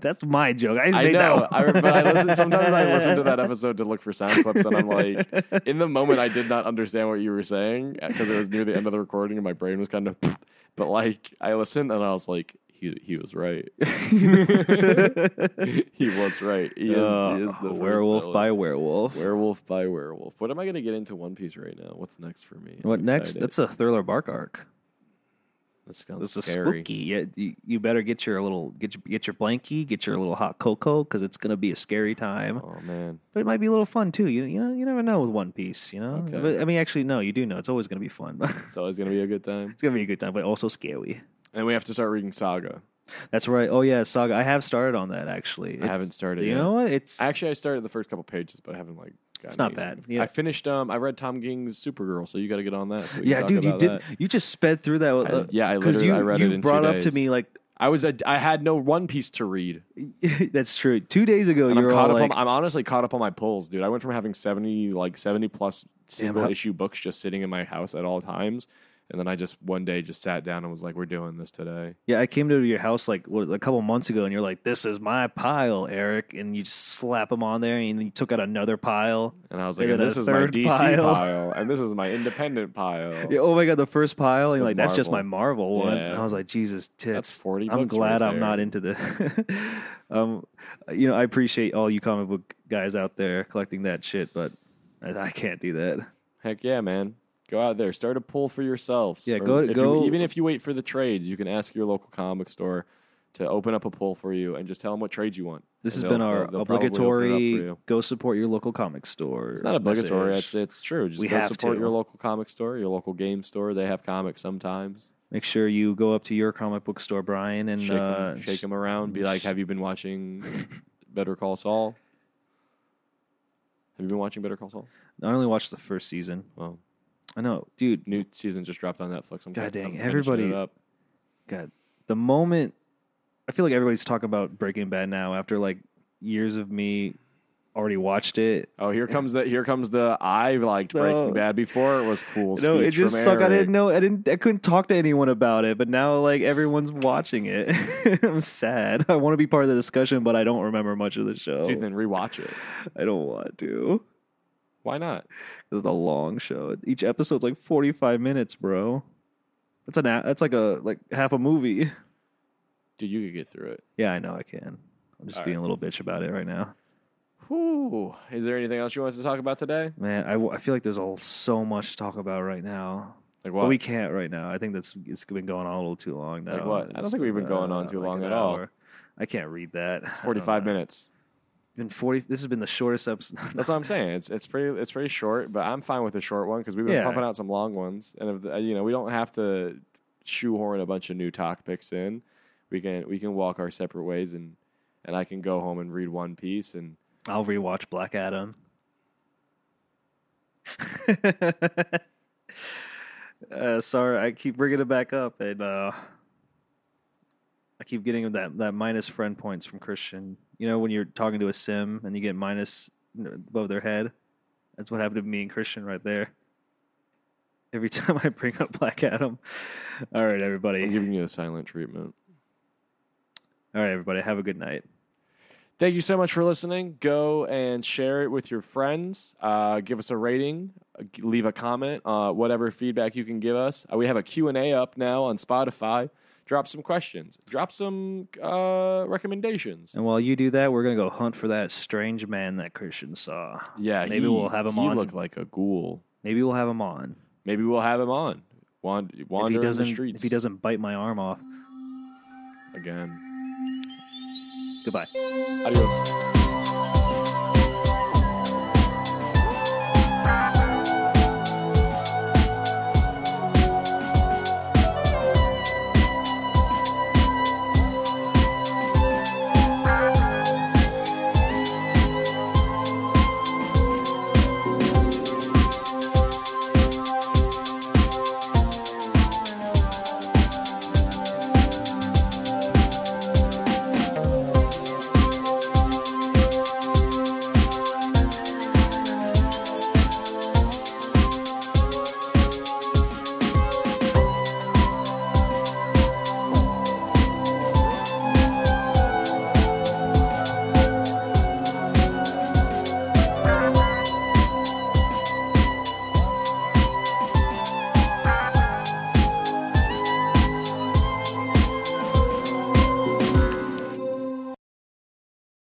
[SPEAKER 3] That's my joke. I, just
[SPEAKER 2] I
[SPEAKER 3] made
[SPEAKER 2] know.
[SPEAKER 3] That
[SPEAKER 2] I,
[SPEAKER 3] one.
[SPEAKER 2] but I listen, sometimes I listen to that episode to look for sound clips, and I'm like, in the moment, I did not understand what you were saying because it was near the end of the recording, and my brain was kind of. But like, I listened, and I was like, he he was right. he was right. He is,
[SPEAKER 3] Uh,
[SPEAKER 2] he is the first
[SPEAKER 3] werewolf
[SPEAKER 2] villain.
[SPEAKER 3] by werewolf.
[SPEAKER 2] werewolf by werewolf. What am I going to get into One Piece right now? What's next for me? I'm
[SPEAKER 3] what next?
[SPEAKER 2] excited.
[SPEAKER 3] That's a thriller bark arc.
[SPEAKER 2] that sounds
[SPEAKER 3] This is
[SPEAKER 2] scary.
[SPEAKER 3] spooky. Yeah, you, you better get your little get your get your blankie, get your little hot cocoa, because it's gonna be a scary time.
[SPEAKER 2] Oh man,
[SPEAKER 3] but it might be a little fun too. You you know you never know with One Piece. You know,
[SPEAKER 2] Okay.
[SPEAKER 3] but, I mean, actually, no, you do know. It's always going to be fun.
[SPEAKER 2] it's always going to be a good time.
[SPEAKER 3] it's going to be a good time, but also scary.
[SPEAKER 2] And we have to start reading Saga.
[SPEAKER 3] That's right. Oh yeah, Saga. I have started on that actually.
[SPEAKER 2] I haven't
[SPEAKER 3] It's-
[SPEAKER 2] started
[SPEAKER 3] You
[SPEAKER 2] yet.
[SPEAKER 3] know what? It's
[SPEAKER 2] Actually, I started the first couple pages, but I haven't like. Gotten
[SPEAKER 3] It's not
[SPEAKER 2] any
[SPEAKER 3] bad.
[SPEAKER 2] significant-
[SPEAKER 3] Yeah.
[SPEAKER 2] I finished. Um, I read Tom King's Supergirl, so you got to get on that. So we can
[SPEAKER 3] yeah,
[SPEAKER 2] talk
[SPEAKER 3] dude. You
[SPEAKER 2] about
[SPEAKER 3] did.
[SPEAKER 2] that.
[SPEAKER 3] You just sped through that.
[SPEAKER 2] I-
[SPEAKER 3] uh,
[SPEAKER 2] yeah, I
[SPEAKER 3] 'cause
[SPEAKER 2] literally
[SPEAKER 3] you,
[SPEAKER 2] I read
[SPEAKER 3] you
[SPEAKER 2] it in two
[SPEAKER 3] brought up to
[SPEAKER 2] days.
[SPEAKER 3] me like
[SPEAKER 2] I was. A, I had no One Piece to read.
[SPEAKER 3] that's true. Two days ago,
[SPEAKER 2] And
[SPEAKER 3] you
[SPEAKER 2] I'm
[SPEAKER 3] were
[SPEAKER 2] caught
[SPEAKER 3] all
[SPEAKER 2] up.
[SPEAKER 3] like,
[SPEAKER 2] on, I'm honestly caught up on my pulls, dude. I went from having seventy like seventy plus single
[SPEAKER 3] how-
[SPEAKER 2] issue books just sitting in my house at all times, and then I just one day just sat down and was like, "We're doing this today."
[SPEAKER 3] yeah. I came to your house like what, a couple months ago, and you're like, this is my pile, Eric, and you just slap them on there, and then you took out another pile.
[SPEAKER 2] And I was like,
[SPEAKER 3] And
[SPEAKER 2] and
[SPEAKER 3] then
[SPEAKER 2] "This
[SPEAKER 3] a
[SPEAKER 2] is my
[SPEAKER 3] third
[SPEAKER 2] DC pile.
[SPEAKER 3] pile.
[SPEAKER 2] and this is my independent pile."
[SPEAKER 3] Yeah, oh my god, the first pile, and you're
[SPEAKER 2] That's
[SPEAKER 3] like that's just my
[SPEAKER 2] Marvel.
[SPEAKER 3] Marvel one.
[SPEAKER 2] Yeah.
[SPEAKER 3] And I was like, Jesus, tits.
[SPEAKER 2] That's 40
[SPEAKER 3] I'm
[SPEAKER 2] bucks
[SPEAKER 3] glad
[SPEAKER 2] right
[SPEAKER 3] I'm not into the. um, you know, I appreciate all you comic book guys out there collecting that shit, but I, I can't do that.
[SPEAKER 2] Heck yeah, man. Go out there, start a pool for yourselves.
[SPEAKER 3] Yeah, go-
[SPEAKER 2] if you-
[SPEAKER 3] go-
[SPEAKER 2] even if you wait for the trades, you can ask your local comic store to open up a pool for you and just tell them what trades you want.
[SPEAKER 3] This
[SPEAKER 2] And
[SPEAKER 3] has been
[SPEAKER 2] they'll-
[SPEAKER 3] our
[SPEAKER 2] they'll- they'll probably open it up for
[SPEAKER 3] obligatory
[SPEAKER 2] you.
[SPEAKER 3] go support your local comic store.
[SPEAKER 2] It's not obligatory.
[SPEAKER 3] message.
[SPEAKER 2] It's it's true. Just
[SPEAKER 3] We
[SPEAKER 2] go
[SPEAKER 3] have
[SPEAKER 2] support
[SPEAKER 3] to.
[SPEAKER 2] your local comic store, your local game store. They have comics sometimes.
[SPEAKER 3] Make sure you go up to your comic book store, Brian, and
[SPEAKER 2] Shake,
[SPEAKER 3] uh,
[SPEAKER 2] them, shake them around. Be like, have you been watching Better Call Saul? Have you been watching Better Call Saul?
[SPEAKER 3] I only watched the first season.
[SPEAKER 2] Well,
[SPEAKER 3] I know, dude.
[SPEAKER 2] new season just dropped on Netflix. I'm
[SPEAKER 3] God
[SPEAKER 2] I'm
[SPEAKER 3] dang,
[SPEAKER 2] finishing
[SPEAKER 3] everybody-
[SPEAKER 2] it up.
[SPEAKER 3] God, the moment I feel like everybody's talking about Breaking Bad now after like years of me already watched it.
[SPEAKER 2] Oh, here comes the here comes the I liked Breaking
[SPEAKER 3] No.
[SPEAKER 2] Bad before it was cool.
[SPEAKER 3] no,
[SPEAKER 2] speech
[SPEAKER 3] it just
[SPEAKER 2] from
[SPEAKER 3] sucked. I
[SPEAKER 2] Eric.
[SPEAKER 3] didn't know. I didn't. I couldn't talk to anyone about it. But now, like everyone's watching it, I'm sad. I want to be part of the discussion, but I don't remember much of the show.
[SPEAKER 2] Dude, then rewatch it.
[SPEAKER 3] I don't want to.
[SPEAKER 2] Why not?
[SPEAKER 3] It's a long show. Each episode's like 45 minutes, bro. That's an. a- That's like a like half a movie.
[SPEAKER 2] Dude, you could get through it.
[SPEAKER 3] Yeah, I know I can. I'm just
[SPEAKER 2] All
[SPEAKER 3] being a little bitch about it right now.
[SPEAKER 2] Whew. Is there anything else you want us to talk about today?
[SPEAKER 3] Man, I, w- I feel like there's all so much to talk about right now.
[SPEAKER 2] Like
[SPEAKER 3] But
[SPEAKER 2] what?
[SPEAKER 3] we can't right now. I think that's it's been going on a little too long now.
[SPEAKER 2] Like what? I don't
[SPEAKER 3] It's, uh,
[SPEAKER 2] think we've been going on too long
[SPEAKER 3] an
[SPEAKER 2] at all.
[SPEAKER 3] hour. I can't read that. I don't
[SPEAKER 2] Forty-five
[SPEAKER 3] know.
[SPEAKER 2] minutes.
[SPEAKER 3] Been forty. This has been the shortest episode.
[SPEAKER 2] That's what I'm saying. It's it's pretty it's pretty short, but I'm fine with a short one because we've been
[SPEAKER 3] Yeah.
[SPEAKER 2] pumping out some long ones, and if the, you know we don't have to shoehorn a bunch of new topics in, we can we can walk our separate ways, and and I can go home and read One Piece, and
[SPEAKER 3] I'll rewatch Black Adam. uh, sorry, I keep bringing it back up, and uh, I keep getting that that minus friend points from Christian. You know, when you're talking to a sim and you get minus above their head, that's what happened to me and Christian right there. Every time I bring up Black Adam. All right, everybody.
[SPEAKER 2] I'm giving you the silent treatment.
[SPEAKER 3] All right, everybody. Have a good night.
[SPEAKER 2] Thank you so much for listening. Go and share it with your friends. Uh, give us a rating. uh, g- Leave a comment. Uh, whatever feedback you can give us. Uh, we have a Q&A up now on Spotify. Drop some questions. Drop some uh, recommendations.
[SPEAKER 3] And while you do that, we're gonna go hunt for that strange man that Christian saw.
[SPEAKER 2] Yeah,
[SPEAKER 3] maybe
[SPEAKER 2] he-
[SPEAKER 3] we'll have him
[SPEAKER 2] he
[SPEAKER 3] on.
[SPEAKER 2] looked like a ghoul.
[SPEAKER 3] Maybe we'll have him on.
[SPEAKER 2] Maybe we'll have him on. Wand-
[SPEAKER 3] If he
[SPEAKER 2] wander in the
[SPEAKER 3] doesn't,
[SPEAKER 2] streets
[SPEAKER 3] if he doesn't bite my arm off,
[SPEAKER 2] again.
[SPEAKER 3] goodbye.
[SPEAKER 2] Adios.